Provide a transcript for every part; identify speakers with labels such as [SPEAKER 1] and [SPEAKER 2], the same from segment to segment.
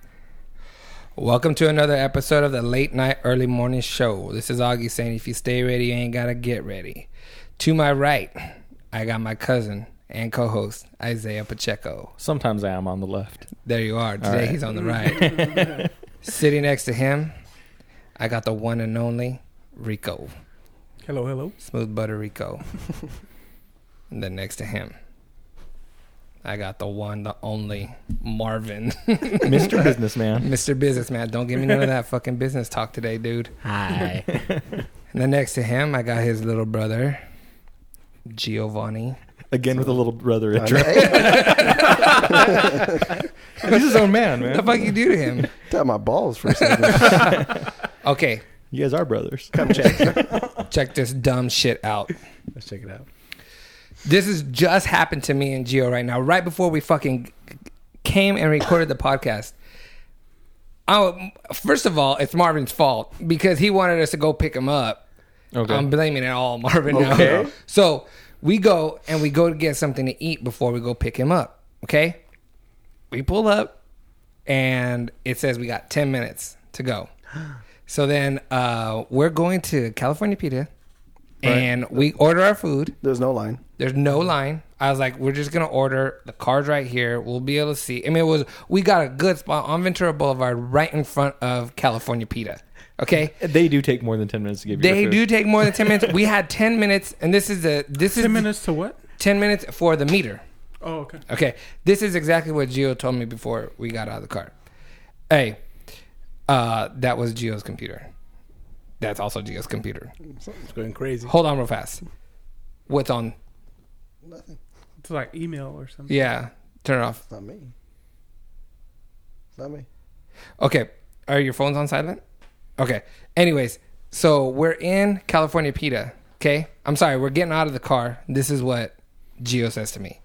[SPEAKER 1] Welcome to another episode of the Late Night Early Morning Show. This is Augie saying, if you stay ready, you ain't got to get ready. To my right, I got my cousin and co host, Isaiah Pacheco.
[SPEAKER 2] Sometimes I am on the left.
[SPEAKER 1] There you are. Today he's on the right. Sitting next to him, I got the one and only Rico.
[SPEAKER 3] Hello, hello.
[SPEAKER 1] Smooth Butter Rico. and then next to him, I got the one, the only Marvin.
[SPEAKER 2] Mr. Businessman.
[SPEAKER 1] Mr. Businessman. Don't give me none of that fucking business talk today, dude. Hi. and then next to him, I got his little brother, Giovanni.
[SPEAKER 2] Again with a little brother intro. He's his own man,
[SPEAKER 1] What the
[SPEAKER 2] man.
[SPEAKER 1] fuck you do to him?
[SPEAKER 4] Tap my balls for a second.
[SPEAKER 1] Okay,
[SPEAKER 2] You guys are brothers.
[SPEAKER 1] check this dumb shit out.
[SPEAKER 3] Let's check it out.
[SPEAKER 1] This has just happened to me and Gio right now, right before we fucking came and recorded the podcast. Oh, first of all, it's Marvin's fault because he wanted us to go pick him up. Um,
[SPEAKER 2] Okay.
[SPEAKER 1] I'm blaming it all on Marvin now.
[SPEAKER 2] Okay.
[SPEAKER 1] So we go and we go to get something to eat before we go pick him up. Okay. We pull up and it says we got 10 minutes to go. So then uh, we're going to California Pizza and we order our food.
[SPEAKER 4] There's no line.
[SPEAKER 1] There's no line. I was like, we're just gonna order. The car's right here. We'll be able to see. I mean, it was we got a good spot on Ventura Boulevard, right in front of California Pita. Okay,
[SPEAKER 2] they do take more than 10 minutes to give you
[SPEAKER 1] they
[SPEAKER 2] your
[SPEAKER 1] do
[SPEAKER 2] food.
[SPEAKER 1] take more than ten minutes. We had ten minutes, and this is the this is
[SPEAKER 3] Ten minutes to what?
[SPEAKER 1] ten minutes for the meter.
[SPEAKER 3] Oh, okay.
[SPEAKER 1] Okay, this is exactly what Gio told me before we got out of the car. Hey, uh, that was Gio's computer. That's also Gio's computer.
[SPEAKER 3] Something's going crazy.
[SPEAKER 1] Hold on, real fast. What's on?
[SPEAKER 3] It's like email or something.
[SPEAKER 1] Yeah, turn it off.
[SPEAKER 4] It's not me. It's not me.
[SPEAKER 1] Okay. Are your phones on silent? Okay. Anyways, so we're in California PETA. Okay. I'm sorry. We're getting out of the car. This is what Gio says to me.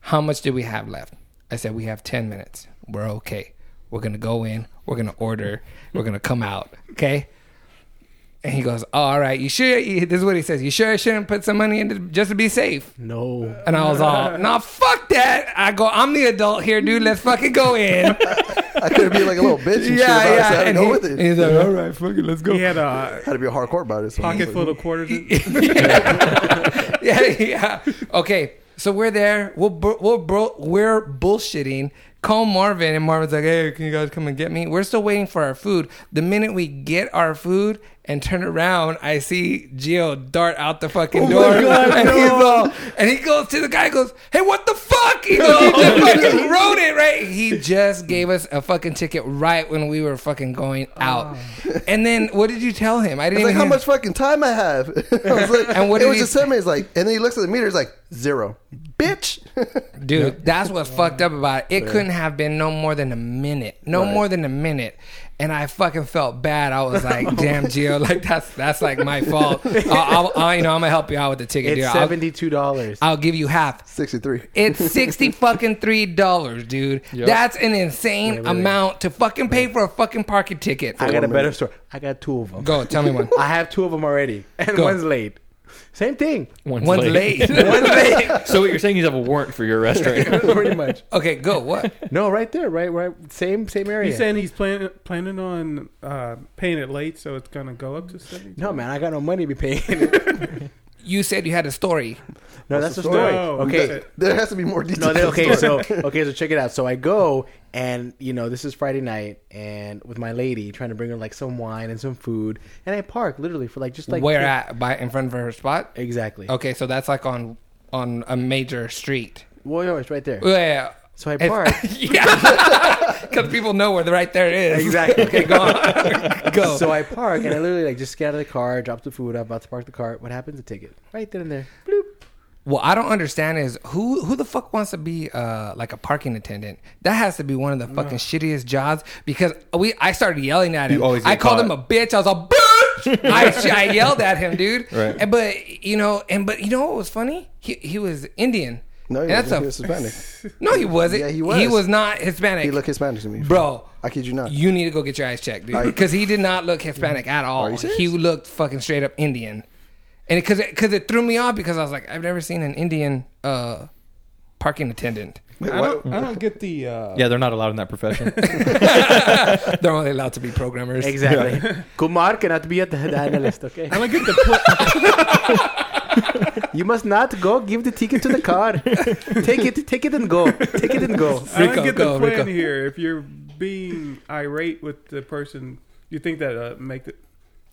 [SPEAKER 1] How much do we have left? I said, we have 10 minutes. We're okay. We're going to go in. We're going to order. We're going to come out. Okay. And he goes, "Oh, all right. You sure? you- This is what he says. You sure I shouldn't put some money in to- just to be safe?
[SPEAKER 3] No.
[SPEAKER 1] And I was all, nah, fuck that. I go, I'm the adult here, dude. Let's fucking go in.
[SPEAKER 4] I could be like a little bitch and
[SPEAKER 1] yeah,
[SPEAKER 4] shit about it. so I
[SPEAKER 1] yeah.
[SPEAKER 4] had to
[SPEAKER 1] And
[SPEAKER 4] go
[SPEAKER 1] he-
[SPEAKER 4] with
[SPEAKER 1] and
[SPEAKER 4] it.
[SPEAKER 1] he's like, "Oh." all right, fuck it, let's go.
[SPEAKER 3] He had a
[SPEAKER 4] had to be hardcore about it. So
[SPEAKER 3] pocket full of quarters.
[SPEAKER 1] yeah, yeah. Okay, so we're there. We'll bu- we'll bro- we're bullshitting. Call Marvin, and Marvin's like, "Hey, can you guys come and get me?" We're still waiting for our food. The minute we get our food and turn around, I see Gio dart out the
[SPEAKER 4] Oh
[SPEAKER 1] fucking door, and, he's all- and he goes to the guy, goes, "Hey, what the fuck?" He goes, "He just
[SPEAKER 4] Oh
[SPEAKER 1] fucking wrote it right." He just gave us a fucking ticket right when we were fucking going out. And then what did you tell him? I
[SPEAKER 4] Ah. It's
[SPEAKER 1] didn't
[SPEAKER 4] like
[SPEAKER 1] even
[SPEAKER 4] how
[SPEAKER 1] hear-
[SPEAKER 4] much fucking time I have. I was like,
[SPEAKER 1] And what
[SPEAKER 4] it
[SPEAKER 1] did
[SPEAKER 4] was
[SPEAKER 1] he-
[SPEAKER 4] just him. He's like, and then he looks at the meter. He's like, zero, bitch.
[SPEAKER 1] Dude, that's what's fucked up about it. It couldn't have been no more than a minute. No more than a minute. And I fucking felt bad. I was like, "Damn, Gio, like that's that's like my fault." I'll, I'll, I'll- you know, I'm gonna help you out with the ticket, dude.
[SPEAKER 5] It's
[SPEAKER 1] I'll,
[SPEAKER 5] seventy two dollars.
[SPEAKER 1] I'll give you half.
[SPEAKER 4] Sixty-three.
[SPEAKER 1] It's sixty fucking three dollars, dude. That's an insane amount to fucking pay for a fucking parking ticket.
[SPEAKER 5] I got a
[SPEAKER 4] one
[SPEAKER 5] better
[SPEAKER 4] minute.
[SPEAKER 5] story. I got two of them.
[SPEAKER 1] Go, tell me one.
[SPEAKER 5] I have two of them already, and
[SPEAKER 1] Go.
[SPEAKER 5] one's late. Same thing.
[SPEAKER 2] One's
[SPEAKER 1] One's
[SPEAKER 2] late.
[SPEAKER 1] late. One's late.
[SPEAKER 2] so what you're saying is you have a warrant for your restaurant.
[SPEAKER 5] Pretty much.
[SPEAKER 1] Okay, go. What?
[SPEAKER 5] No, right there, right, right. Same, same area.
[SPEAKER 3] He's saying he's plan- planning on uh, paying it late, so it's gonna go up to seventy.
[SPEAKER 5] no, man, I got no money to be paying. no,
[SPEAKER 1] You said you had a story.
[SPEAKER 5] that's the
[SPEAKER 4] the
[SPEAKER 5] story.
[SPEAKER 4] story?
[SPEAKER 3] No.
[SPEAKER 1] Oh,
[SPEAKER 5] Okay.
[SPEAKER 3] That's
[SPEAKER 4] There has to be more
[SPEAKER 5] No,
[SPEAKER 4] details.
[SPEAKER 5] they, okay, so okay, so check it out. So I go and you know this is Friday night, and with my lady trying to bring her like some wine and some food, and I park literally for like just like
[SPEAKER 1] Where at? By in front of her spot.
[SPEAKER 5] exactly?
[SPEAKER 1] Okay, so that's like on on a major street.
[SPEAKER 5] Well, no, it's right there.
[SPEAKER 1] Yeah.
[SPEAKER 5] So I
[SPEAKER 1] It's-
[SPEAKER 5] park.
[SPEAKER 1] yeah. Because people know where the right there is.
[SPEAKER 5] Exactly.
[SPEAKER 1] okay, go on. go.
[SPEAKER 5] So I park and I literally like just get out of the car, drop the food, I'm about to park the car. What happens? A ticket right then and there. Bloop.
[SPEAKER 1] what I don't understand is who who the fuck wants to be uh, like a parking attendant? That has to be one of the fucking shittiest jobs because we I started yelling at him.
[SPEAKER 2] always get
[SPEAKER 1] I called
[SPEAKER 2] caught.
[SPEAKER 1] him a bitch. I was all bitch. I, I yelled at him, dude.
[SPEAKER 2] Right.
[SPEAKER 1] And, but you know, and but you know what was funny? He he was Indian.
[SPEAKER 4] No, he,
[SPEAKER 1] And that's
[SPEAKER 4] was, he
[SPEAKER 1] a-
[SPEAKER 4] was Hispanic.
[SPEAKER 1] no, he wasn't.
[SPEAKER 4] Yeah, he
[SPEAKER 1] He
[SPEAKER 4] was.
[SPEAKER 1] was not Hispanic.
[SPEAKER 4] He looked Hispanic to me,
[SPEAKER 1] Bro,
[SPEAKER 4] I kid you not.
[SPEAKER 1] You need to go get your eyes checked, dude, because he did not look Hispanic at all.
[SPEAKER 4] you serious?
[SPEAKER 1] He looked fucking straight up Indian, and because it, cause it threw me off because I was like, I've never seen an Indian uh, parking attendant.
[SPEAKER 4] Wait,
[SPEAKER 3] I
[SPEAKER 4] what?
[SPEAKER 3] don't. I don't get the. Uh,
[SPEAKER 2] Yeah, they're not allowed in that profession.
[SPEAKER 1] They're only allowed to be programmers.
[SPEAKER 5] Exactly. Kumar cannot be at the the analyst, okay?
[SPEAKER 3] I don't get the. Pl-
[SPEAKER 5] You must not go give the ticket to the car. take it, take it and go. Take it and go.
[SPEAKER 3] I
[SPEAKER 1] Rico,
[SPEAKER 3] don't get
[SPEAKER 1] go,
[SPEAKER 3] the plan
[SPEAKER 1] Rico.
[SPEAKER 3] here. If you're being irate with the person, you think that uh, make it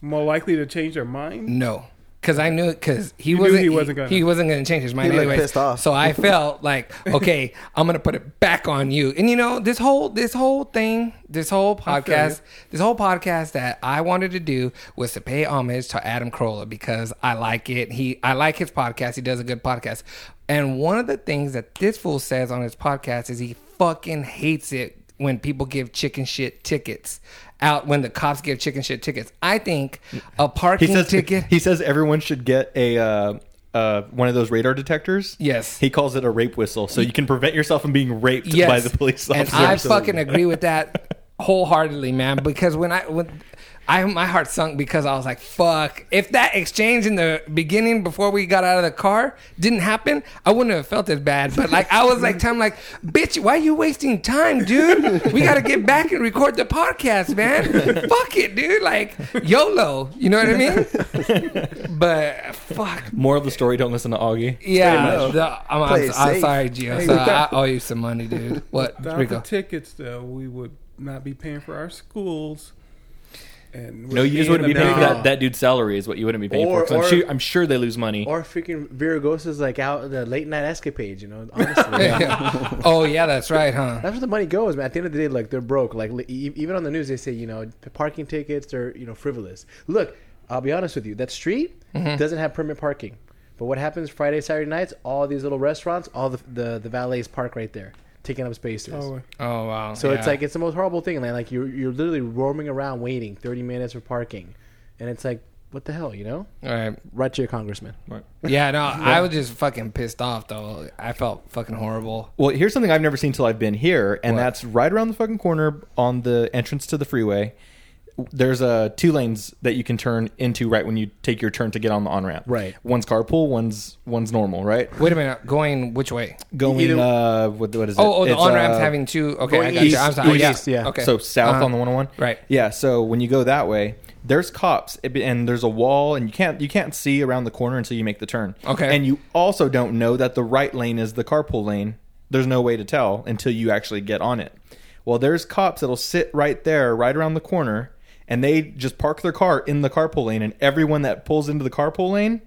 [SPEAKER 3] more likely to change their mind.
[SPEAKER 1] No, because I knew because he
[SPEAKER 3] You knew
[SPEAKER 1] wasn't.
[SPEAKER 3] he
[SPEAKER 1] he
[SPEAKER 3] wasn't gonna.
[SPEAKER 1] He wasn't going to change his mind
[SPEAKER 4] He looked
[SPEAKER 1] anyway.
[SPEAKER 4] pissed off.
[SPEAKER 1] So I felt like, okay, I'm going to put it back on you. And you know, this whole this whole thing, this whole
[SPEAKER 3] I feel
[SPEAKER 1] podcast, this whole podcast that I wanted to do was to pay homage to Adam Carolla because I like it. He I like his podcast. He does a good podcast. And one of the things that this fool says on his podcast is he fucking hates it when people give chicken shit tickets out when the cops give chicken shit tickets. I think a
[SPEAKER 2] he
[SPEAKER 1] parking
[SPEAKER 2] says
[SPEAKER 1] ticket
[SPEAKER 2] he says everyone should get a uh, uh, one of those radar detectors.
[SPEAKER 1] Yes.
[SPEAKER 2] He calls it a rape whistle, so you can prevent yourself from being raped by the police officer.
[SPEAKER 1] And I fucking agree with that wholeheartedly, man. Because when I when I my heart sunk because I was like, fuck. If that exchange in the beginning before we got out of the car didn't happen, I wouldn't have felt as bad. But like I was like time like, bitch, why are you wasting time, dude? We gotta get back and record the podcast, man. fuck it, dude. Like YOLO. You know what I mean? but fuck.
[SPEAKER 2] More of the story: Don't listen to Augie.
[SPEAKER 1] Yeah, the, I'm,
[SPEAKER 4] Play
[SPEAKER 1] I'm,
[SPEAKER 4] it
[SPEAKER 1] I'm
[SPEAKER 4] safe.
[SPEAKER 1] sorry, Gio.
[SPEAKER 3] Hey,
[SPEAKER 1] So
[SPEAKER 3] with
[SPEAKER 1] I
[SPEAKER 3] that-
[SPEAKER 1] owe you some money, dude. What,
[SPEAKER 3] Without
[SPEAKER 1] Rico?
[SPEAKER 3] the tickets, though, we would not be paying for our schools. And
[SPEAKER 2] No, you just wouldn't be paying for that, that dude's salary is what you wouldn't be paying
[SPEAKER 5] Or-
[SPEAKER 2] for. 'cause
[SPEAKER 5] or-
[SPEAKER 2] I'm, sure, I'm sure they lose money.
[SPEAKER 5] Or freaking Vera Gosa's like out the late night escapade, you know? Honestly.
[SPEAKER 1] Yeah. oh yeah, that's right, huh?
[SPEAKER 5] That's where the money goes, man. At the end of the day, like they're broke. Like li- e- even on the news, they say you know p- parking tickets they're you know frivolous. Look, I'll be honest with you. That street
[SPEAKER 1] Mm-hmm.
[SPEAKER 5] doesn't have permit parking. But what happens Friday, Saturday nights? All these little restaurants, all the the, the valets park right there, taking up spaces.
[SPEAKER 3] Oh,
[SPEAKER 1] Oh wow.
[SPEAKER 5] so it's
[SPEAKER 1] yeah.
[SPEAKER 5] like it's the most horrible thing, man. Like you're you're literally roaming around waiting 30 minutes for parking, and it's like what the hell, you know?
[SPEAKER 1] all right.
[SPEAKER 5] Right to your congressman.
[SPEAKER 1] Yeah, no, I was just fucking pissed off though. I felt fucking horrible.
[SPEAKER 2] Well, here's something I've never seen till I've been here, and
[SPEAKER 1] What?
[SPEAKER 2] that's right around the fucking corner on the entrance to the freeway. There's uh, two lanes that you can turn into right when you take your turn to get on the on ramp.
[SPEAKER 5] Right.
[SPEAKER 2] One's carpool, one's one's normal. Right.
[SPEAKER 1] Wait a minute, going which way?
[SPEAKER 2] Going
[SPEAKER 5] Either-
[SPEAKER 2] uh, what, what is it?
[SPEAKER 1] Oh, oh the
[SPEAKER 2] It's,
[SPEAKER 1] on ramps
[SPEAKER 2] uh,
[SPEAKER 1] having two. Okay, I
[SPEAKER 5] going
[SPEAKER 1] got you.
[SPEAKER 5] east,
[SPEAKER 1] I'm sorry.
[SPEAKER 5] going
[SPEAKER 1] Yeah.
[SPEAKER 5] east, yeah.
[SPEAKER 1] Okay.
[SPEAKER 2] So south
[SPEAKER 1] Uh-huh.
[SPEAKER 2] on the 101.
[SPEAKER 1] Right.
[SPEAKER 2] Yeah. So when you go that way, there's cops it be- and there's a wall and you can't you can't see around the corner until you make the turn.
[SPEAKER 1] Okay.
[SPEAKER 2] And you also don't know that the right lane is the carpool lane. There's no way to tell until you actually get on it. Well, there's cops that'll sit right there, right around the corner, and they just park their car in the carpool lane, and everyone that pulls into the carpool lane.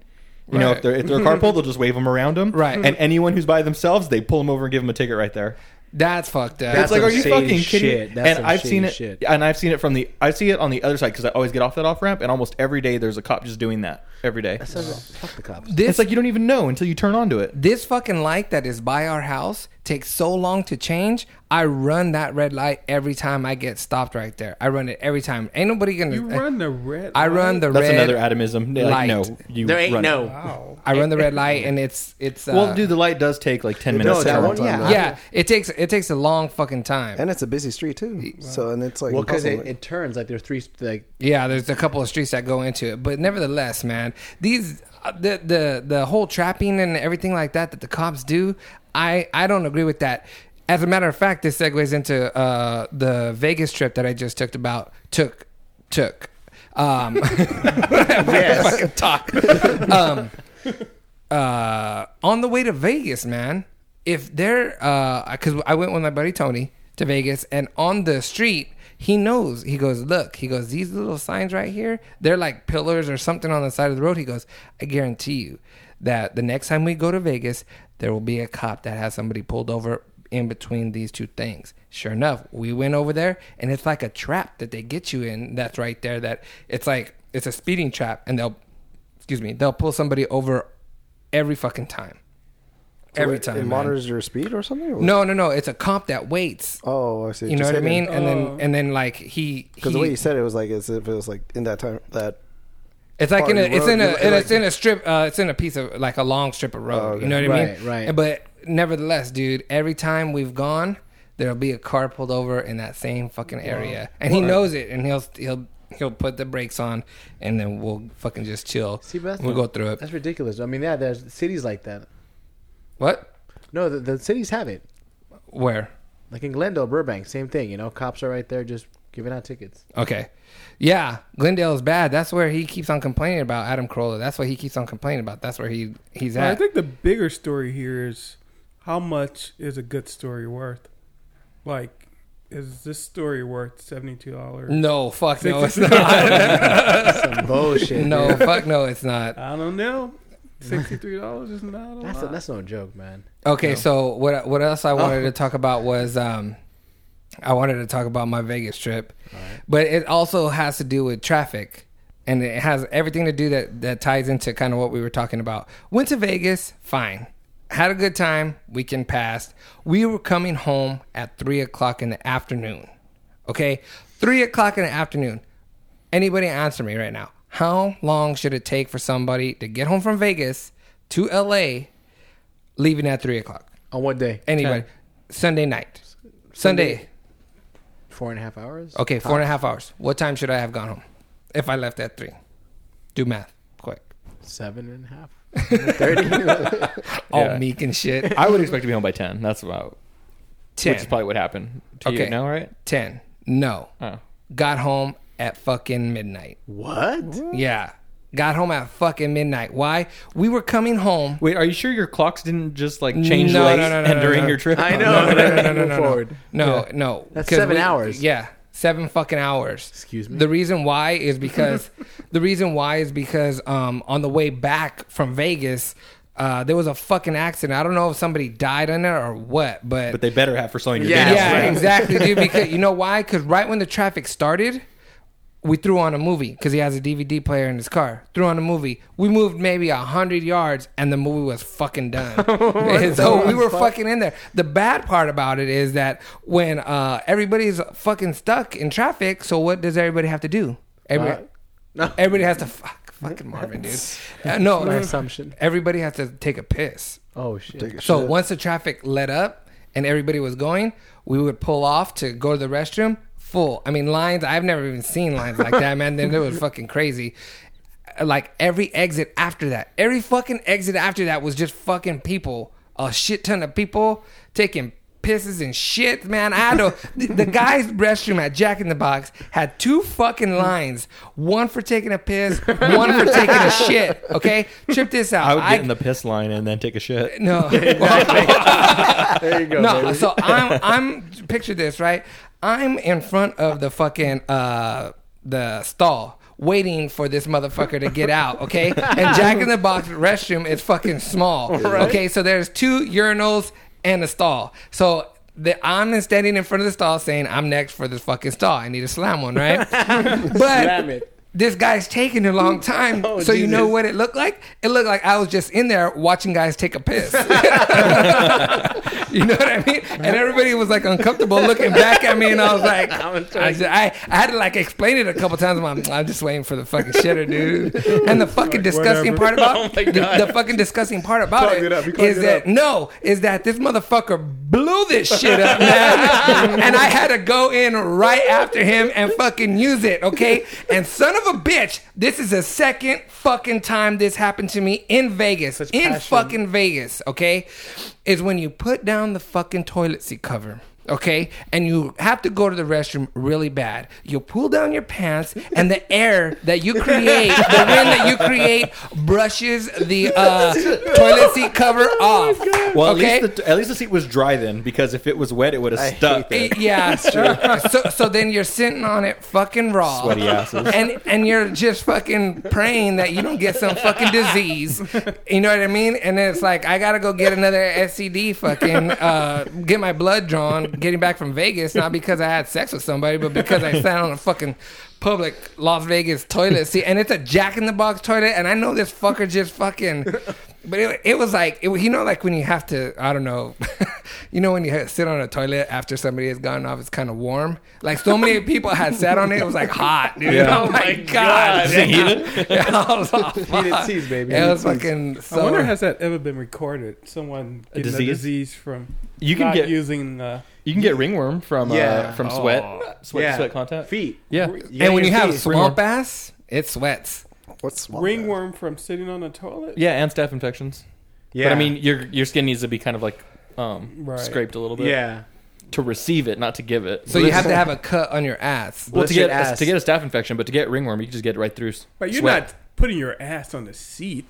[SPEAKER 2] You know,
[SPEAKER 1] Right.
[SPEAKER 2] if they're if they're carpool, they'll just wave them around them.
[SPEAKER 1] Right.
[SPEAKER 2] And anyone who's by themselves, they pull them over and give them a ticket right there
[SPEAKER 1] That's fucked up.
[SPEAKER 5] That's
[SPEAKER 2] it's like,
[SPEAKER 5] some
[SPEAKER 2] are you
[SPEAKER 5] shady
[SPEAKER 2] fucking kidding?
[SPEAKER 5] shit.
[SPEAKER 2] me?
[SPEAKER 5] That's
[SPEAKER 2] and
[SPEAKER 5] some
[SPEAKER 2] I've seen
[SPEAKER 5] shady
[SPEAKER 2] it,
[SPEAKER 5] shit.
[SPEAKER 2] and I've seen it from the. I see it on the other side because I always get off that off ramp, and almost every day there's a cop just doing that every day.
[SPEAKER 5] So, fuck the cops.
[SPEAKER 2] It's
[SPEAKER 1] this
[SPEAKER 2] like you don't even know until you turn onto it.
[SPEAKER 1] this fucking light that is by our house takes so long to change. I run that red light every time I get stopped right there. I run it every time. Ain't nobody gonna. eh,
[SPEAKER 3] you run the red.
[SPEAKER 1] I run the
[SPEAKER 2] That's
[SPEAKER 1] red.
[SPEAKER 2] another atomism. They're Like,
[SPEAKER 1] light.
[SPEAKER 2] no, you
[SPEAKER 5] There ain't
[SPEAKER 2] run it.
[SPEAKER 5] no.
[SPEAKER 3] Wow.
[SPEAKER 1] I run the red light, and it's it's. Uh,
[SPEAKER 2] Well, dude, the light does take like ten minutes.
[SPEAKER 5] No,
[SPEAKER 2] to
[SPEAKER 5] that
[SPEAKER 2] turn
[SPEAKER 5] one,
[SPEAKER 2] on.
[SPEAKER 5] yeah.
[SPEAKER 1] yeah, it takes it takes a long fucking time.
[SPEAKER 4] And it's a busy street too. So and it's like
[SPEAKER 5] Well, because
[SPEAKER 4] impossible.
[SPEAKER 5] it, it turns like there's three sp- like
[SPEAKER 1] Yeah, there's a couple of streets that go into it, but nevertheless, man, these uh, the the the whole trapping and everything like that that the cops do, I I don't agree with that. As a matter of fact, this segues into uh, the Vegas trip that I just took about took took. Um, fucking talk. Um, uh, on the way to Vegas, man. If they're, because I went with my buddy Tony to Vegas, and on the street, he knows. He goes, look. He goes, these little signs right here, they're like pillars or something on the side of the road. He goes, I guarantee you that the next time we go to Vegas, there will be a cop that has somebody pulled over in between these two things. Sure enough, we went over there, and it's like a trap that they get you in. That's right there. That it's like it's a speeding trap, and they'll excuse me, they'll pull somebody over every fucking time. every
[SPEAKER 4] it,
[SPEAKER 1] time.
[SPEAKER 4] It
[SPEAKER 1] man.
[SPEAKER 4] monitors your speed or something? Or-
[SPEAKER 1] No, no, no. It's a comp that waits.
[SPEAKER 4] Oh, I see.
[SPEAKER 1] You know what I mean? And
[SPEAKER 3] Oh.
[SPEAKER 1] then and then like he
[SPEAKER 4] Because the
[SPEAKER 1] he-
[SPEAKER 4] way you said it was like as if it was like in that time that.
[SPEAKER 1] It's like in a,
[SPEAKER 4] part of the
[SPEAKER 1] it's
[SPEAKER 4] road,
[SPEAKER 1] in a,
[SPEAKER 4] you-
[SPEAKER 1] and
[SPEAKER 4] like- Oh,
[SPEAKER 1] it's in a strip, uh, it's in a piece of like a long strip of road. You know what I mean?
[SPEAKER 5] Right, right.
[SPEAKER 1] And- But nevertheless, dude, every time we've gone, there'll be a car pulled over in that same fucking area, and he knows it, and he'll he'll he'll put the brakes on, and then we'll fucking just chill.
[SPEAKER 5] See, but that's
[SPEAKER 1] we'll go through it.
[SPEAKER 5] That's ridiculous. I mean, yeah, there's cities like that.
[SPEAKER 1] What?
[SPEAKER 5] No, the, the cities have it.
[SPEAKER 1] Where?
[SPEAKER 5] Like in Glendale, Burbank, same thing. You know, cops are right there just giving out tickets.
[SPEAKER 1] Okay. Yeah, Glendale is bad. That's where he keeps on complaining about Adam Carolla. That's what he keeps on complaining about. That's where he he's
[SPEAKER 3] But I
[SPEAKER 1] at.
[SPEAKER 3] think the bigger story here is how much is a good story worth? Like, is this story worth seventy two dollars?
[SPEAKER 1] No, fuck no, it's not.
[SPEAKER 5] Some bullshit.
[SPEAKER 1] no,
[SPEAKER 5] dude.
[SPEAKER 1] fuck no, it's not.
[SPEAKER 3] I don't know. Sixty three dollars is not a
[SPEAKER 5] that's
[SPEAKER 3] lot.
[SPEAKER 5] that's no joke, man.
[SPEAKER 1] Okay, so what what else I wanted to talk about was um, I wanted to talk about my Vegas trip, but it also has to do with traffic, and it has everything to do that that ties into kind of what we were talking about. Went to Vegas, fine, had a good time. Weekend passed. We were coming home at three o'clock in the afternoon. Okay, three o'clock in the afternoon. Anybody answer me right now? How long should it take for somebody to get home from Vegas to LA, leaving at three o'clock?
[SPEAKER 5] On what day?
[SPEAKER 1] Anybody? Sunday night. Sunday.
[SPEAKER 5] Four and a half hours.
[SPEAKER 2] Oh.
[SPEAKER 1] Okay, four and a half hours. What time should I have gone home if I left at three? Do math quick.
[SPEAKER 5] Seven and a half. Thirty.
[SPEAKER 1] All
[SPEAKER 2] Yeah.
[SPEAKER 1] meek and shit.
[SPEAKER 2] I would expect to be home by ten. That's about which is
[SPEAKER 1] Ten.
[SPEAKER 2] probably what happened to
[SPEAKER 1] Okay.
[SPEAKER 2] you now, right?
[SPEAKER 1] Ten. No.
[SPEAKER 2] Oh.
[SPEAKER 1] Got home at fucking midnight.
[SPEAKER 5] what?
[SPEAKER 1] Yeah. Got home at fucking midnight. Why? We were coming home.
[SPEAKER 2] Wait, are you sure your clocks didn't just like change
[SPEAKER 1] No,
[SPEAKER 2] late
[SPEAKER 1] no, no, no,
[SPEAKER 2] and
[SPEAKER 1] no,
[SPEAKER 2] during
[SPEAKER 1] no.
[SPEAKER 2] your trip?
[SPEAKER 5] I
[SPEAKER 1] No,
[SPEAKER 5] know.
[SPEAKER 1] no, no, no, no, no,
[SPEAKER 5] Move
[SPEAKER 1] no.
[SPEAKER 5] forward.
[SPEAKER 1] No, no.
[SPEAKER 5] That's
[SPEAKER 1] 'cause
[SPEAKER 5] seven hours.
[SPEAKER 1] Yeah, seven fucking hours.
[SPEAKER 5] Excuse me?
[SPEAKER 1] The reason why is because the reason why is because um, on the way back from Vegas, uh, there was a fucking accident. I don't know if somebody died in there or what, but
[SPEAKER 2] But they better have for slowing your
[SPEAKER 5] Yeah,
[SPEAKER 2] down.
[SPEAKER 1] yeah,
[SPEAKER 5] right.
[SPEAKER 1] exactly, dude. Because you know why? Because right when the traffic started, we threw on a movie because he has a DVD player in his car. Threw on a movie. We moved maybe a hundred yards, and the movie was fucking done. And so we were fucking in there. The bad part about it is that when uh, everybody's fucking stuck in traffic, so what does everybody have to do? Everybody,
[SPEAKER 5] No.
[SPEAKER 1] everybody has to fuck, fucking Marvin, dude. Uh, no,
[SPEAKER 5] My assumption.
[SPEAKER 1] Everybody has to take a piss.
[SPEAKER 5] Oh shit.
[SPEAKER 4] Take a
[SPEAKER 1] So
[SPEAKER 4] shit.
[SPEAKER 1] once the traffic let up and everybody was going, we would pull off to go to the restroom. Full. I mean, lines. I've never even seen lines like that, man. Then it was fucking crazy. Like every exit after that, every fucking exit after that was just fucking people. A shit ton of people taking pisses and shit, man. I had to, the, the guy's restroom at Jack in the Box had two fucking lines. One for taking a piss, one for taking a shit. Okay, trip this out.
[SPEAKER 2] I would get
[SPEAKER 1] I-
[SPEAKER 2] in the piss line and then take a shit.
[SPEAKER 1] no.
[SPEAKER 5] There you go.
[SPEAKER 1] no,
[SPEAKER 5] baby.
[SPEAKER 1] so I'm I'm picture this right. I'm in front of the fucking uh the stall waiting for this motherfucker to get out, okay? And Jack in the Box restroom is fucking small. Okay, so there's two urinals and a stall. So the, I'm standing in front of the stall saying, I'm next for this fucking stall. I need to slam one, right? but
[SPEAKER 5] Slam it.
[SPEAKER 1] this guy's taking a long time.
[SPEAKER 5] Oh,
[SPEAKER 1] so you know
[SPEAKER 5] Jesus.
[SPEAKER 1] what it looked like? It looked like I was just in there watching guys take a piss. you know what I mean? And everybody was like uncomfortable looking back at me, and I was like, I, just- I, I had to like explain it a couple times. I'm, like, I'm just waiting for the fucking shitter, dude. And the fucking disgusting part
[SPEAKER 3] Oh
[SPEAKER 1] about the, the fucking disgusting part about
[SPEAKER 3] Clogged it up. You
[SPEAKER 1] it
[SPEAKER 3] clogged
[SPEAKER 1] is
[SPEAKER 3] it
[SPEAKER 1] that
[SPEAKER 3] up.
[SPEAKER 1] no, is that this motherfucker blew this shit up, man. and I had to go in right after him and fucking use it, okay? And son of a bitch, this is the second fucking time this happened to me in Vegas. in
[SPEAKER 5] passion.
[SPEAKER 1] fucking Vegas, okay? Is when you put down the fucking toilet seat cover. Okay, and you have to go to the restroom really bad. You pull down your pants, and the air that you create, the wind that you create, brushes the uh, toilet seat cover off.
[SPEAKER 2] Oh Well, at
[SPEAKER 1] okay?
[SPEAKER 2] least the, at least the seat was dry then, because if it was wet, it would have stuck.
[SPEAKER 1] Y- Eh, Yeah, so so then you're sitting on it fucking raw,
[SPEAKER 2] Sweaty asses.
[SPEAKER 1] and and you're just fucking praying that you don't get some fucking disease. You know what I mean? And then it's like I gotta go get another STD, fucking uh, get my blood drawn, getting back from Vegas, not because I had sex with somebody, but because I sat on a fucking public Las Vegas toilet seat, and it's a Jack in the Box toilet, and I know this fucker just fucking. But it, it was like it, you know, like when you have to, I don't know, you know, when you sit on a toilet after somebody has gone off, it's kind of warm. Like so many people had sat on it, it was like hot, dude.
[SPEAKER 2] Yeah.
[SPEAKER 1] Oh my god,
[SPEAKER 2] Is it
[SPEAKER 1] yeah. yeah, I was off.
[SPEAKER 5] Heated seas, baby.
[SPEAKER 1] It was
[SPEAKER 5] Heated
[SPEAKER 1] fucking. So,
[SPEAKER 3] I wonder has that ever been recorded? Someone
[SPEAKER 2] A
[SPEAKER 3] getting a
[SPEAKER 2] disease?
[SPEAKER 3] disease, from
[SPEAKER 2] You can
[SPEAKER 3] not
[SPEAKER 2] get
[SPEAKER 3] using. Uh,
[SPEAKER 2] you can get ringworm from uh,
[SPEAKER 5] Yeah.
[SPEAKER 2] from sweat sweat sweat contact.
[SPEAKER 5] Feet.
[SPEAKER 2] Yeah.
[SPEAKER 1] and when you have
[SPEAKER 2] Ringworm.
[SPEAKER 1] swamp ass, it sweats.
[SPEAKER 4] What's small?
[SPEAKER 3] ringworm from sitting on a toilet.
[SPEAKER 2] Yeah, and staph infections.
[SPEAKER 5] Yeah.
[SPEAKER 2] But I mean, your your skin needs to be kind of like um,
[SPEAKER 3] Right.
[SPEAKER 2] scraped a little bit
[SPEAKER 5] yeah.
[SPEAKER 2] to receive it, not to give it.
[SPEAKER 1] So you have to have a cut on your ass.
[SPEAKER 2] well, to
[SPEAKER 5] Bless your
[SPEAKER 2] get
[SPEAKER 5] ass.
[SPEAKER 2] to get a staph infection, but to get ringworm, you can just get it right through. s-
[SPEAKER 3] But you're
[SPEAKER 2] sweat.
[SPEAKER 3] not putting your ass on the seat.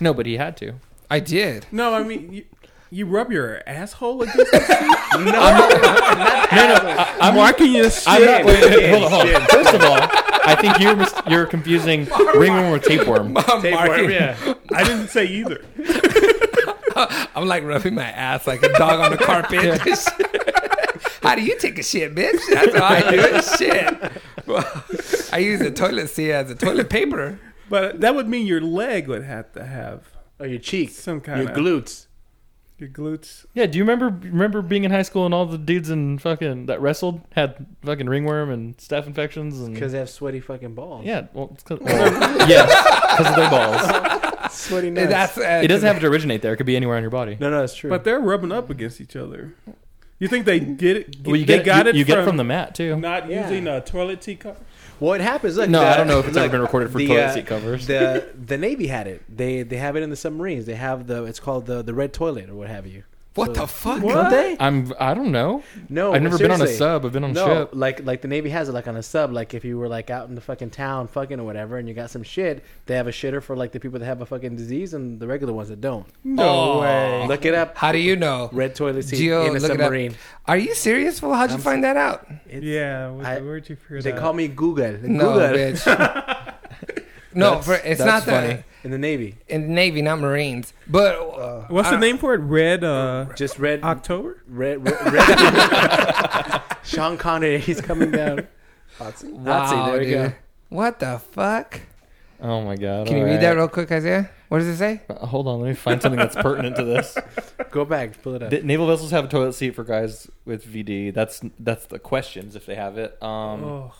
[SPEAKER 2] No, but he had to.
[SPEAKER 1] I did.
[SPEAKER 3] No, I mean you, you rub your asshole against the seat. no,
[SPEAKER 2] I'm marking you. I'm not. Wait, wait, hold on, hold on. First of all, I think you're mis- you're confusing ringworm with tapeworm.
[SPEAKER 1] Marking-
[SPEAKER 3] yeah. I didn't say either.
[SPEAKER 1] I'm like rubbing my ass like a dog on the carpet. How do you take a shit, bitch? That's how I do it. Shit. I use the toilet seat as a toilet paper.
[SPEAKER 3] But that would mean your leg would have to have
[SPEAKER 5] Or Oh, your cheeks.
[SPEAKER 3] some kind
[SPEAKER 5] Your
[SPEAKER 3] of
[SPEAKER 5] glutes.
[SPEAKER 3] your glutes.
[SPEAKER 2] Yeah, do you remember remember being in high school and all the dudes in fucking that wrestled had fucking ringworm and staph infections and
[SPEAKER 5] Because they have sweaty fucking balls.
[SPEAKER 2] yeah, well, it's 'cause- well, yes, because of their balls.
[SPEAKER 5] Sweaty nuts.
[SPEAKER 1] That's uh,
[SPEAKER 2] It doesn't have to originate there; it could be anywhere on your body.
[SPEAKER 5] no, no, it's true.
[SPEAKER 3] But they're rubbing up against each other. You think they get it?
[SPEAKER 2] Well, you
[SPEAKER 3] they
[SPEAKER 2] get
[SPEAKER 3] got
[SPEAKER 2] you,
[SPEAKER 3] it
[SPEAKER 2] you
[SPEAKER 3] from,
[SPEAKER 2] get from the mat too.
[SPEAKER 3] not
[SPEAKER 5] Yeah.
[SPEAKER 3] using a toilet tea cover.
[SPEAKER 5] What happens? Look,
[SPEAKER 2] No,
[SPEAKER 5] the-
[SPEAKER 2] I don't know if it's ever been recorded for
[SPEAKER 5] the,
[SPEAKER 2] toilet
[SPEAKER 5] uh,
[SPEAKER 2] seat covers.
[SPEAKER 5] The the Navy had it. They they have it in the submarines. They have the it's called the the red toilet or what have you.
[SPEAKER 1] What the fuck?
[SPEAKER 5] Don't they?
[SPEAKER 2] I'm I don't know.
[SPEAKER 5] No,
[SPEAKER 2] I've never
[SPEAKER 5] but
[SPEAKER 2] been on a
[SPEAKER 5] seriously.
[SPEAKER 2] sub. I've been on a
[SPEAKER 5] No,
[SPEAKER 2] ship.
[SPEAKER 5] like like the Navy has it, like on a sub. Like if you were like out in the fucking town, fucking or whatever, and you got some shit, they have a shitter for like the people that have a fucking disease and the regular ones that don't.
[SPEAKER 3] No
[SPEAKER 1] Oh.
[SPEAKER 3] way.
[SPEAKER 5] Look it up.
[SPEAKER 1] How do you know?
[SPEAKER 5] Red toilet seat
[SPEAKER 1] Geo,
[SPEAKER 5] in a
[SPEAKER 1] look it up.
[SPEAKER 5] submarine.
[SPEAKER 1] Are you serious? Well, how'd you find that out?
[SPEAKER 5] It's-
[SPEAKER 3] Yeah, what-
[SPEAKER 5] I-
[SPEAKER 3] where'd you hear
[SPEAKER 5] They
[SPEAKER 3] that?
[SPEAKER 5] call me Google.
[SPEAKER 1] No,
[SPEAKER 5] Google
[SPEAKER 1] bitch. no,
[SPEAKER 2] That's-
[SPEAKER 1] for, it's
[SPEAKER 2] that's
[SPEAKER 1] not that.
[SPEAKER 2] funny.
[SPEAKER 5] in the Navy.
[SPEAKER 1] In Navy, not Marines. But uh,
[SPEAKER 3] What's
[SPEAKER 1] I-
[SPEAKER 3] the name for it? Red uh,
[SPEAKER 5] Just red,
[SPEAKER 3] October.
[SPEAKER 5] red, red, red- Sean Connery. He's coming down.
[SPEAKER 4] Nazi?
[SPEAKER 5] Nazi,
[SPEAKER 1] wow,
[SPEAKER 5] Ah, there you go.
[SPEAKER 1] dude. What the fuck?
[SPEAKER 2] Oh my god!
[SPEAKER 1] Can you read that real quick, Isaiah? What does it say?
[SPEAKER 2] that? Hold on, let me find something that's pertinent to this.
[SPEAKER 5] Go back, pull it up.
[SPEAKER 2] Th- Naval vessels have a toilet seat for guys with VD. That's that's the questions if they have it. Um,
[SPEAKER 5] Mm.
[SPEAKER 3] Oh,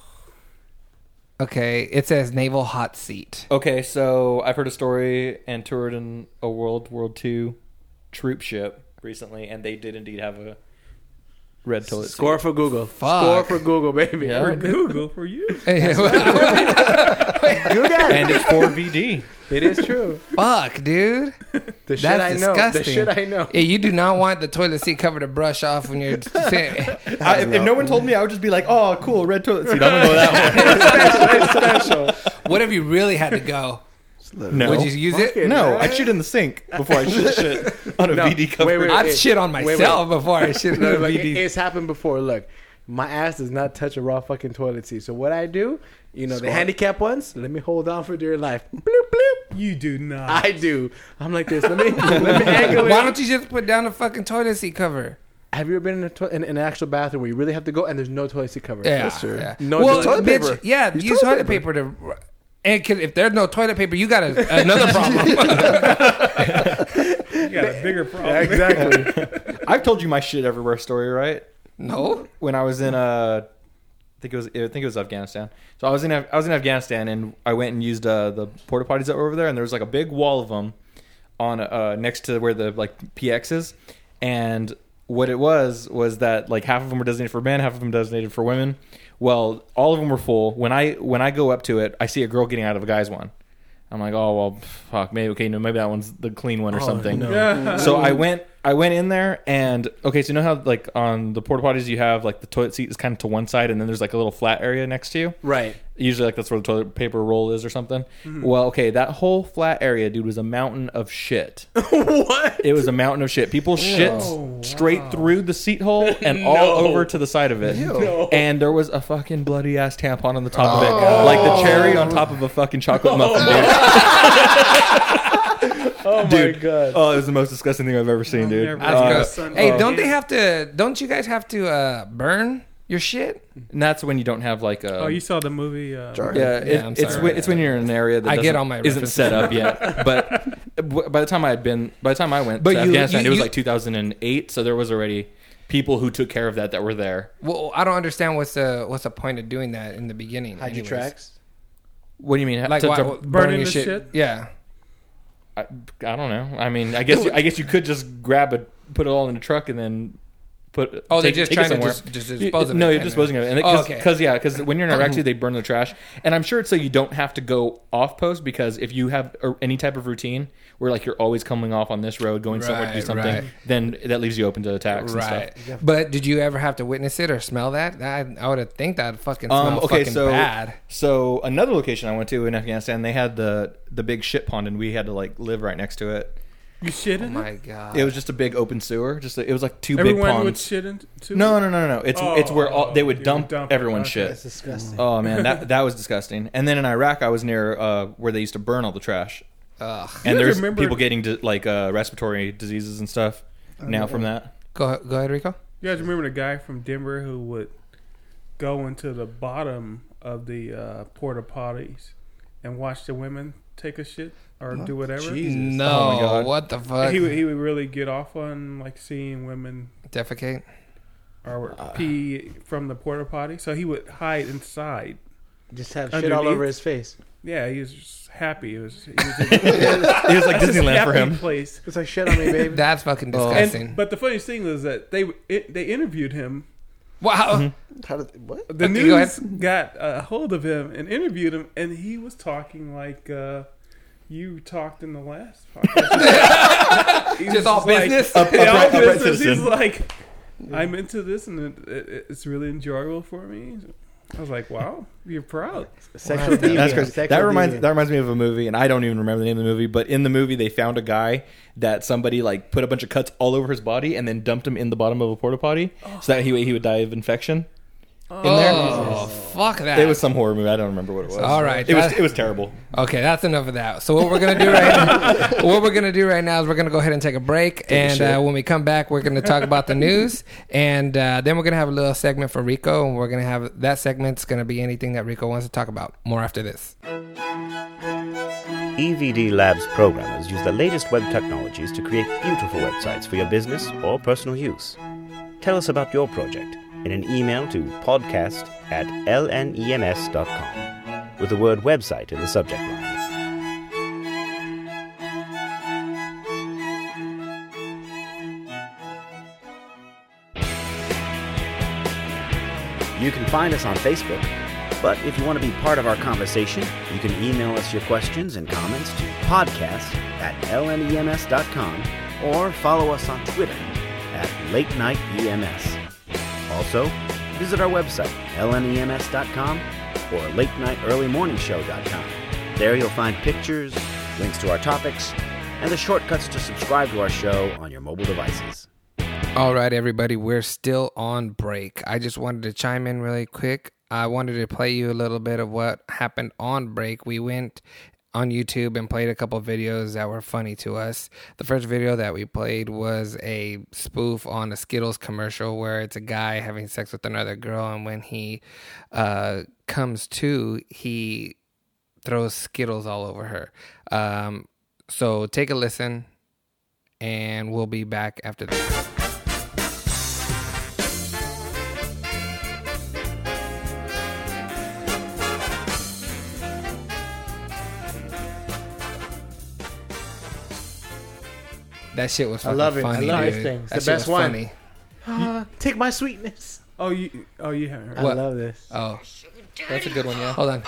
[SPEAKER 1] Okay, it says naval hot seat.
[SPEAKER 2] Okay, so I've heard a story and toured in a World War II troop ship recently, and they did indeed have a red toilet seat.
[SPEAKER 5] Score for Google.
[SPEAKER 1] Fuck.
[SPEAKER 5] Score for Google, baby.
[SPEAKER 2] Yeah.
[SPEAKER 3] for Oh, Google for you.
[SPEAKER 5] Google.
[SPEAKER 2] And it's for VD.
[SPEAKER 5] It is true.
[SPEAKER 1] Fuck, dude.
[SPEAKER 5] The shit
[SPEAKER 1] That's
[SPEAKER 5] I know.
[SPEAKER 1] disgusting.
[SPEAKER 5] The shit I know.
[SPEAKER 1] Yeah, you do not want the toilet seat cover to brush off when you're sitting.
[SPEAKER 2] I, if, if no one told me, I would just be like, "Oh, cool, red toilet seat." I'm gonna go that way.
[SPEAKER 1] What if you really had to go?
[SPEAKER 2] No,
[SPEAKER 1] Would you use it?
[SPEAKER 2] no, I shit in the sink before I shit, shit on a VD cover.
[SPEAKER 5] wait, wait.
[SPEAKER 1] I'd shit on
[SPEAKER 5] Wait, wait.
[SPEAKER 1] myself before I shit on
[SPEAKER 5] No,
[SPEAKER 1] the
[SPEAKER 5] like,
[SPEAKER 1] VD.
[SPEAKER 5] it's happened before. Look, my ass does not touch a raw fucking toilet seat. So what I do, you know, the handicap ones, let me hold on for dear life. Bloop bloop.
[SPEAKER 3] You do not.
[SPEAKER 5] I do. I'm like this. Let me let me angle it.
[SPEAKER 1] Why don't you just put down the fucking toilet seat cover?
[SPEAKER 5] Have you ever been in, a to- in, in an actual bathroom where you really have to go and there's no toilet seat cover?
[SPEAKER 1] Yeah,
[SPEAKER 4] true.
[SPEAKER 1] yeah.
[SPEAKER 5] No
[SPEAKER 1] well,
[SPEAKER 5] toilet
[SPEAKER 1] bitch,
[SPEAKER 4] paper.
[SPEAKER 1] Yeah, use,
[SPEAKER 4] Use
[SPEAKER 1] toilet
[SPEAKER 4] toilet
[SPEAKER 1] paper, to. And 'cause if there's no toilet paper, you got a, another problem.
[SPEAKER 3] You got a bigger problem.
[SPEAKER 5] exactly.
[SPEAKER 2] I've told you my shit everywhere story, right?
[SPEAKER 1] no,
[SPEAKER 2] when I was in uh, I think it was I think it was Afghanistan. So I was in Af- I was in Afghanistan and I went and used uh, the porta potties that were over there and there was like a big wall of them on uh, next to where the like PX is and what it was was that like half of them were designated for men, half of them designated for women. Well, all of them were full. When I when I go up to it, I see a girl getting out of a guy's one. I'm like, oh well, fuck. Maybe okay, no, maybe that one's the clean one or something so I went I went in there and okay, so you know how like on the porta potties you have like the toilet seat is kind of to one side and then there's like a little flat area next to you.
[SPEAKER 5] right.
[SPEAKER 2] Usually like that's where the toilet paper roll is or something.
[SPEAKER 3] Mm-hmm.
[SPEAKER 2] Well, okay, that whole flat area, dude, was a mountain of shit.
[SPEAKER 5] what?
[SPEAKER 2] It was a mountain of shit. People shit straight through the seat hole and all over to the side of it. And there was a fucking bloody ass tampon on the top of it, like the cherry on top of a fucking chocolate muffin. Dude. oh my god! Oh, it was the most disgusting thing I've ever seen, dude.
[SPEAKER 3] never-
[SPEAKER 1] That's
[SPEAKER 3] Uh,
[SPEAKER 1] gross.
[SPEAKER 3] sun-
[SPEAKER 1] Hey,
[SPEAKER 3] oh.
[SPEAKER 1] don't they have to? Don't you guys have to uh, burn your shit.
[SPEAKER 2] And that's when you don't have like a.
[SPEAKER 3] Oh, you saw the movie? Uh,
[SPEAKER 4] Jar.
[SPEAKER 2] yeah,
[SPEAKER 1] Yeah,
[SPEAKER 2] it-
[SPEAKER 1] I'm
[SPEAKER 2] it's
[SPEAKER 1] sorry.
[SPEAKER 2] when, it's when you're in an area that
[SPEAKER 1] I get
[SPEAKER 2] doesn't-
[SPEAKER 1] all my
[SPEAKER 2] isn't set up yet. But w- by the time I had been, by the time I went
[SPEAKER 1] But
[SPEAKER 2] to
[SPEAKER 1] you-
[SPEAKER 2] Afghanistan,
[SPEAKER 1] you-
[SPEAKER 2] it was
[SPEAKER 1] you-
[SPEAKER 2] like 2008, so there was already people who took care of that that were there.
[SPEAKER 1] Well, I don't understand what's the what's the point of doing that in the beginning.
[SPEAKER 5] Hide your
[SPEAKER 1] anyways.
[SPEAKER 5] tracks.
[SPEAKER 2] What do you mean?
[SPEAKER 1] Like
[SPEAKER 2] To-
[SPEAKER 1] why,
[SPEAKER 2] to-
[SPEAKER 1] burning,
[SPEAKER 3] Burning
[SPEAKER 1] your
[SPEAKER 3] the
[SPEAKER 1] shit.
[SPEAKER 3] shit?
[SPEAKER 1] Yeah.
[SPEAKER 2] I, I don't know. I mean, I guess I guess you could just grab it, put it all in a truck, and then put.
[SPEAKER 1] Oh, they're
[SPEAKER 2] take-
[SPEAKER 1] just
[SPEAKER 2] take it
[SPEAKER 1] trying to
[SPEAKER 2] somewhere.
[SPEAKER 1] dis- just
[SPEAKER 2] You-
[SPEAKER 1] dispose of
[SPEAKER 2] No,
[SPEAKER 1] it
[SPEAKER 2] you're
[SPEAKER 1] then,
[SPEAKER 2] disposing
[SPEAKER 1] right?
[SPEAKER 2] of it. And
[SPEAKER 1] Oh,
[SPEAKER 2] because
[SPEAKER 1] okay.
[SPEAKER 2] yeah, because when you're in Iraq, too, they burn the trash, and I'm sure it's so you don't have to go off post because if you have a- any type of routine where like you're always coming off on this road, going somewhere to do
[SPEAKER 1] Right,
[SPEAKER 2] something,
[SPEAKER 1] right.
[SPEAKER 2] then that leaves you open to attacks and
[SPEAKER 1] Right.
[SPEAKER 2] stuff.
[SPEAKER 1] But did you ever have to witness it or smell that? That I would have think that fucking smell fucking bad.
[SPEAKER 2] so another location I went to in Afghanistan, they had the the big shit pond, and we had to like live right next to it.
[SPEAKER 3] You shit
[SPEAKER 2] Oh
[SPEAKER 3] in
[SPEAKER 1] Oh My
[SPEAKER 3] it?
[SPEAKER 1] God.
[SPEAKER 2] It was just a big open sewer. Just a, it was like two big
[SPEAKER 3] Everyone
[SPEAKER 2] ponds.
[SPEAKER 3] would shit in too?
[SPEAKER 2] No, no, no, no, no. It's
[SPEAKER 3] Oh,
[SPEAKER 2] it's where all they
[SPEAKER 3] you
[SPEAKER 2] would
[SPEAKER 3] would
[SPEAKER 2] dump,
[SPEAKER 3] dump it.
[SPEAKER 2] everyone's
[SPEAKER 3] Okay.
[SPEAKER 2] shit.
[SPEAKER 5] That's disgusting.
[SPEAKER 2] Oh man, that that was disgusting. And then in Iraq, I was near uh, where they used to burn all the trash,
[SPEAKER 1] Ugh.
[SPEAKER 2] and
[SPEAKER 3] guys
[SPEAKER 2] there's
[SPEAKER 3] remember-
[SPEAKER 2] people getting di- like uh, respiratory diseases and stuff
[SPEAKER 5] Oh,
[SPEAKER 2] now from that.
[SPEAKER 1] Go go ahead, Rico.
[SPEAKER 3] You guys remember the guy from Denver who would go into the bottom of the uh, porta potties and watch the women take a shit or do whatever?
[SPEAKER 1] No,
[SPEAKER 2] Oh my God.
[SPEAKER 1] what the fuck?
[SPEAKER 3] He would, he would really get off on like seeing women
[SPEAKER 1] Defecate.
[SPEAKER 3] or pee from the porta potty, so he would hide inside.
[SPEAKER 5] Just have shit all
[SPEAKER 3] Underneath?
[SPEAKER 5] over his face.
[SPEAKER 3] Yeah, he was just happy. It was, he was in
[SPEAKER 2] It was like Disneyland
[SPEAKER 3] happy
[SPEAKER 2] for him.
[SPEAKER 3] place.
[SPEAKER 5] It's like shit on me, baby.
[SPEAKER 1] That's fucking
[SPEAKER 2] Oh.
[SPEAKER 3] And-
[SPEAKER 1] disgusting.
[SPEAKER 3] but the funniest thing was that they it, they interviewed him.
[SPEAKER 1] wow.
[SPEAKER 2] Mm-hmm.
[SPEAKER 4] How did, what?
[SPEAKER 3] The
[SPEAKER 1] Okay, go
[SPEAKER 3] news got a hold of him and interviewed him, and he was talking like uh, you talked in the last podcast. He was
[SPEAKER 1] Just all
[SPEAKER 3] like-
[SPEAKER 1] business.
[SPEAKER 3] Yeah, all
[SPEAKER 2] upright- upright
[SPEAKER 3] business. He's
[SPEAKER 2] citizen.
[SPEAKER 3] like, I'm into this, and it, it, it's really enjoyable for me. I was like, wow, you're proud.
[SPEAKER 5] Sexual deviant.
[SPEAKER 2] That's crazy.
[SPEAKER 5] Sexual
[SPEAKER 2] That reminds
[SPEAKER 5] deviant.
[SPEAKER 2] that reminds me of a movie, and I don't even remember the name of the movie. But in the movie, they found a guy that somebody like put a bunch of cuts all over his body, and then dumped him in the bottom of a porta potty, so that he he would die of infection. In there,
[SPEAKER 1] Oh fuck that.
[SPEAKER 2] it was some horror movie. I don't remember what it was.
[SPEAKER 1] All right,
[SPEAKER 2] it was
[SPEAKER 1] that-
[SPEAKER 2] it was terrible.
[SPEAKER 1] Okay, that's enough of that. So what we're gonna do right now, what we're gonna do right now is we're gonna go ahead and take a break, and uh, when we come back, we're gonna talk about the news, and uh, then we're gonna have a little segment for Rico, and we're gonna have that segment's gonna be anything that Rico wants to talk about. More after this.
[SPEAKER 6] EVD E Labs programmers use the latest web technologies to create beautiful websites for your business or personal use. Tell us about your project in an email to podcast at E lnems.com with the word website in the subject line. You can find us on Facebook, but if you want to be part of our conversation, you can email us your questions and comments to podcast at E lnems.com or follow us on Twitter at Late Night EMS. Also, visit our website, E lnems.com or latenightearlymorningshow.com. There you'll find pictures, links to our topics, and the shortcuts to subscribe to our show on your mobile devices.
[SPEAKER 1] All right, everybody, we're still on break. I just wanted to chime in really quick. I wanted to play you a little bit of what happened on break. We went on YouTube and played a couple videos that were funny to us. The first video that we played was a spoof on a Skittles commercial where it's a guy having sex with another girl, and when he uh, comes to, he throws Skittles all over her. Um, so take a listen, and we'll be back after this. That shit was
[SPEAKER 5] I
[SPEAKER 1] fucking
[SPEAKER 5] love it. I
[SPEAKER 1] funny.
[SPEAKER 5] love it.
[SPEAKER 1] dude.
[SPEAKER 5] It's the
[SPEAKER 1] That shit
[SPEAKER 5] best
[SPEAKER 1] was
[SPEAKER 5] one.
[SPEAKER 1] funny.
[SPEAKER 5] Ah, take my sweetness.
[SPEAKER 3] Oh, you oh you haven't heard.
[SPEAKER 1] What?
[SPEAKER 5] I love this.
[SPEAKER 1] Oh,
[SPEAKER 7] That's a good one, yeah.
[SPEAKER 1] hold on.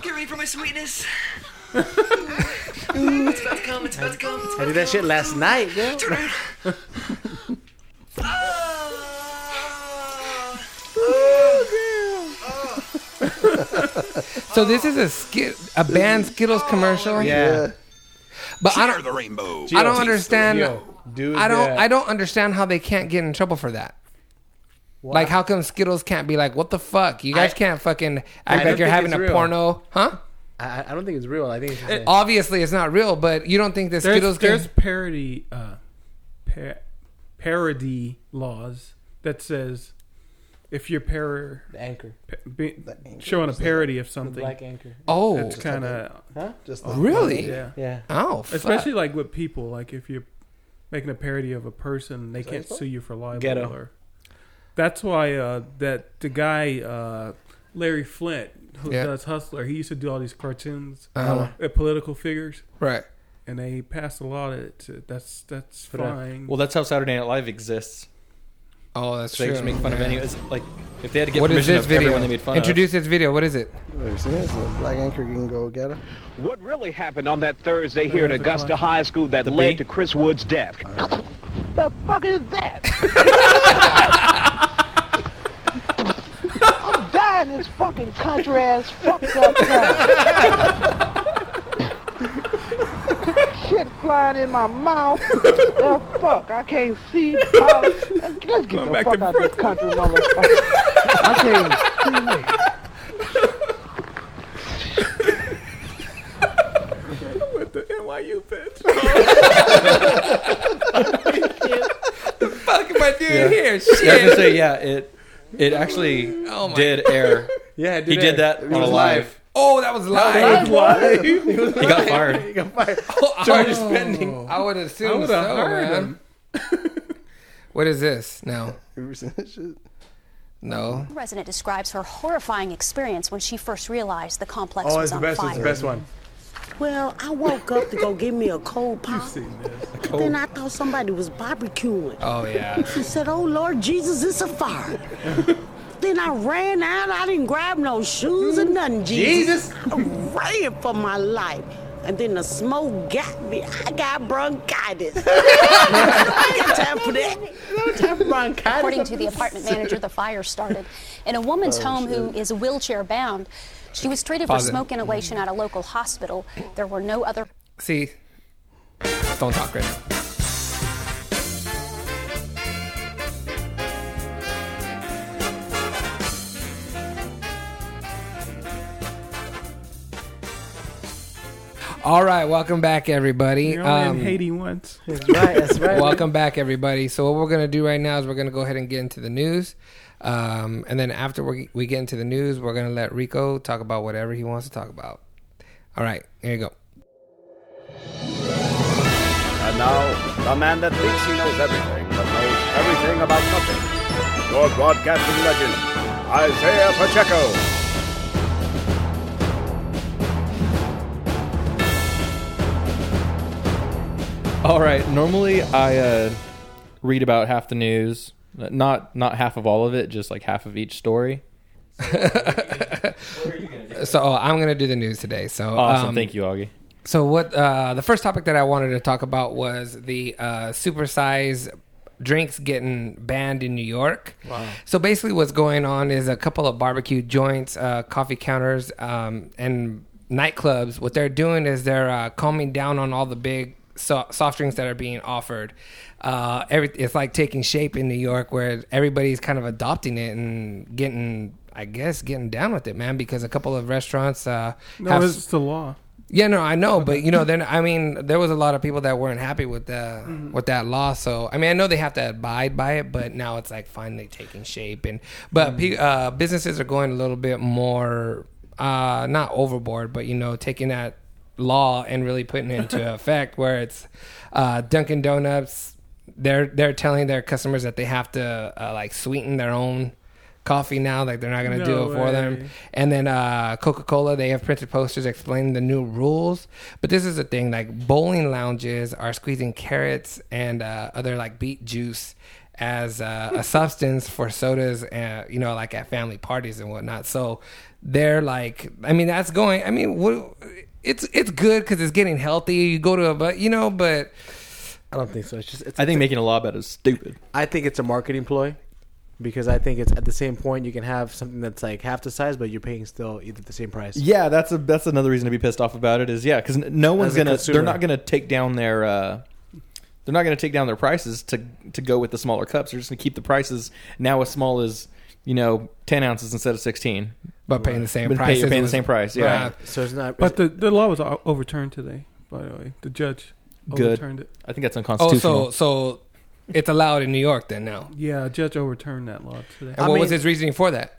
[SPEAKER 7] Get ready for my sweetness. it's about to come. It's about to come. It's
[SPEAKER 5] I
[SPEAKER 7] about
[SPEAKER 5] did that shit last night, girl.
[SPEAKER 7] to Ah.
[SPEAKER 1] So this is a skit, a banned Skittles commercial.
[SPEAKER 5] Yeah.
[SPEAKER 1] but I don't. The rainbow. I don't understand.
[SPEAKER 5] Dude,
[SPEAKER 1] I don't.
[SPEAKER 5] that.
[SPEAKER 1] I don't understand how they can't get in trouble for that. Like, how come Skittles can't be like, what the fuck? You guys
[SPEAKER 5] I-
[SPEAKER 1] can't fucking act like
[SPEAKER 5] don't
[SPEAKER 1] you're
[SPEAKER 5] think
[SPEAKER 1] having
[SPEAKER 5] it's
[SPEAKER 1] a
[SPEAKER 5] real.
[SPEAKER 1] porno, huh?
[SPEAKER 5] I, I don't think it's real. I think it's just a-
[SPEAKER 1] Obviously, it's not real, but you don't think that
[SPEAKER 3] There's, uh,
[SPEAKER 1] Skittles
[SPEAKER 3] there's
[SPEAKER 1] can?
[SPEAKER 3] parody uh, par- parody laws that says if you're par-
[SPEAKER 5] The anchor.
[SPEAKER 3] pa- be,
[SPEAKER 4] That anchor.
[SPEAKER 3] showing a parody of
[SPEAKER 5] The
[SPEAKER 3] something,
[SPEAKER 5] black anchor.
[SPEAKER 1] Oh,
[SPEAKER 3] that's kind of
[SPEAKER 5] Huh?
[SPEAKER 4] Just
[SPEAKER 1] really?
[SPEAKER 3] yeah.
[SPEAKER 5] Yeah.
[SPEAKER 1] Oh, fuck.
[SPEAKER 3] Especially like with people, like if you're making a parody of a person, they can't sue you for libel.
[SPEAKER 5] Ghetto.
[SPEAKER 3] Or, that's why uh, that the guy uh, Larry Flint, who
[SPEAKER 1] Yeah.
[SPEAKER 3] does Hustler, he used to do all these cartoons
[SPEAKER 1] Uh-huh.
[SPEAKER 3] at political figures,
[SPEAKER 1] right.
[SPEAKER 3] and they passed a law that it- that's that's
[SPEAKER 5] Put it out.
[SPEAKER 3] fine.
[SPEAKER 2] Well, that's how Saturday Night Live exists.
[SPEAKER 1] Oh, that's
[SPEAKER 2] They
[SPEAKER 1] true.
[SPEAKER 2] just make fun of
[SPEAKER 1] Yeah.
[SPEAKER 2] anyone. It's Like if they had to get
[SPEAKER 1] What is
[SPEAKER 2] permission
[SPEAKER 1] this
[SPEAKER 2] of
[SPEAKER 1] video?
[SPEAKER 2] everyone, they made fun
[SPEAKER 1] Introduce this video. What is it?
[SPEAKER 4] Have you seen it? It's a black anchor you can go get it.
[SPEAKER 8] What really happened on that Thursday here at
[SPEAKER 3] There's a
[SPEAKER 8] Augusta
[SPEAKER 3] clash.
[SPEAKER 8] High School that
[SPEAKER 2] The bee?
[SPEAKER 8] led to Chris Wood's death? The fuck is that? I'm dying this fucking country ass fucked up town. Shit flying in my mouth. The fuck, I can't see. Polly. Let's get the fuck out of this country, motherfucker. I can't
[SPEAKER 1] Fuck am I doing here?
[SPEAKER 2] of. Yeah, I was gonna
[SPEAKER 1] Shit.
[SPEAKER 2] say yeah. It it actually
[SPEAKER 1] Oh my
[SPEAKER 2] did air.
[SPEAKER 5] Yeah, it
[SPEAKER 2] He did
[SPEAKER 5] air.
[SPEAKER 2] that on a live.
[SPEAKER 1] Oh, that was live.
[SPEAKER 2] He got fired.
[SPEAKER 1] Oh,
[SPEAKER 2] Charges
[SPEAKER 1] I-
[SPEAKER 2] pending.
[SPEAKER 1] I would
[SPEAKER 3] I
[SPEAKER 1] assume
[SPEAKER 3] would've
[SPEAKER 1] so,
[SPEAKER 3] hired
[SPEAKER 1] man.
[SPEAKER 3] him.
[SPEAKER 1] What is this? No,
[SPEAKER 4] Have you ever seen that shit?
[SPEAKER 1] no.
[SPEAKER 9] resident describes her horrifying experience when she first realized the complex
[SPEAKER 5] Oh,
[SPEAKER 9] was
[SPEAKER 5] it's the
[SPEAKER 9] on
[SPEAKER 5] best. It's
[SPEAKER 9] fire.
[SPEAKER 5] the best one.
[SPEAKER 10] Well, I woke up to go give me a cold pop. But then I thought somebody was barbecuing.
[SPEAKER 1] Oh yeah.
[SPEAKER 10] I said, Oh Lord Jesus, it's a fire. then I ran out. I didn't grab no shoes or nothing, Jesus. I ran for my life. And then the smoke got me. I got bronchitis. I ain't got time for that.
[SPEAKER 9] According to the apartment manager, the fire started in a woman's
[SPEAKER 1] Oh,
[SPEAKER 9] home who is wheelchair bound. She was treated
[SPEAKER 1] Pause it.
[SPEAKER 9] for smoke inhalation at a local hospital. There were no other
[SPEAKER 1] See, don't talk right now. All right, welcome back, everybody.
[SPEAKER 3] You're only
[SPEAKER 1] Um,
[SPEAKER 3] in Haiti once.
[SPEAKER 5] That's right. That's right.
[SPEAKER 1] Welcome back, everybody. So what we're gonna do right now is we're gonna go ahead and get into the news, um, and then after we we get into the news, we're gonna let Rico talk about whatever he wants to talk about. All right, here you go.
[SPEAKER 8] Oh,
[SPEAKER 6] And now, the man that thinks he knows everything, but knows everything about nothing.
[SPEAKER 11] Your broadcasting legend, Isaiah Pacheco.
[SPEAKER 2] All right. Normally, I uh, read about half the news, not not half of all of it, just like half of each story.
[SPEAKER 1] So oh, I'm gonna do the news today. So
[SPEAKER 2] Awesome.
[SPEAKER 1] um,
[SPEAKER 2] Thank you, Augie.
[SPEAKER 1] So what? Uh, the first topic that I wanted to talk about was the uh, supersize drinks getting banned in New York. Wow. So basically, what's going on is a couple of barbecue joints, uh, coffee counters, um, and nightclubs. What they're doing is they're uh, calming down on all the big so- soft drinks that are being offered. Uh, every, it's like taking shape in New York, where everybody's kind of adopting it and getting. I guess getting down with it, man, because a couple of restaurants uh,
[SPEAKER 3] No,
[SPEAKER 1] have
[SPEAKER 3] it's the law.
[SPEAKER 1] yeah, no, I know, but you know, then I mean, there was a lot of people that weren't happy with the
[SPEAKER 3] Mm-hmm.
[SPEAKER 1] with that law. So I mean, I know they have to abide by it, but now it's like finally taking shape, and
[SPEAKER 3] Mm-hmm.
[SPEAKER 1] but pe- uh, businesses are going a little bit more uh, not overboard, but you know, taking that law and really putting it into effect. Where it's uh, Dunkin' Donuts, they're they're telling their customers that they have to uh, like sweeten their own coffee now like they're not going to do
[SPEAKER 3] No
[SPEAKER 1] it for
[SPEAKER 3] way.
[SPEAKER 1] them and then uh, Coca Cola, they have printed posters explaining the new rules. But this is the thing like, bowling lounges are squeezing carrots and uh, other like beet juice as uh, a substance for sodas, and, you know, like at family parties and whatnot. So they're like, I mean, that's going, I mean, what, it's it's good because it's getting healthy. You go to a, but you know, but
[SPEAKER 5] I don't think so. It's just. It's,
[SPEAKER 2] I think making a law about it is stupid.
[SPEAKER 5] I think it's a marketing ploy because I think it's at the same point you can have something that's like half the size, but you're paying still either the same price.
[SPEAKER 2] Yeah, that's a that's another reason to be pissed off about it is yeah, because no one's
[SPEAKER 5] a
[SPEAKER 2] gonna
[SPEAKER 5] consumer.
[SPEAKER 2] they're not gonna take down their uh, they're not gonna take down their prices to to go with the smaller cups. They're just gonna keep the prices now as small as you know ten ounces instead of sixteen.
[SPEAKER 1] but paying the same
[SPEAKER 2] But pay-
[SPEAKER 1] price.
[SPEAKER 2] you're
[SPEAKER 1] as
[SPEAKER 2] paying
[SPEAKER 1] it
[SPEAKER 2] the
[SPEAKER 1] was-
[SPEAKER 2] same price, yeah.
[SPEAKER 1] Right.
[SPEAKER 5] So it's not.
[SPEAKER 3] But the, the law was o- overturned today, by the way. The judge
[SPEAKER 2] Good.
[SPEAKER 3] overturned it.
[SPEAKER 2] I think that's
[SPEAKER 1] Oh,
[SPEAKER 2] unconstitutional.
[SPEAKER 1] so so It's allowed in New York then now.
[SPEAKER 3] Yeah, a judge overturned that law today.
[SPEAKER 1] And what was his reasoning for that?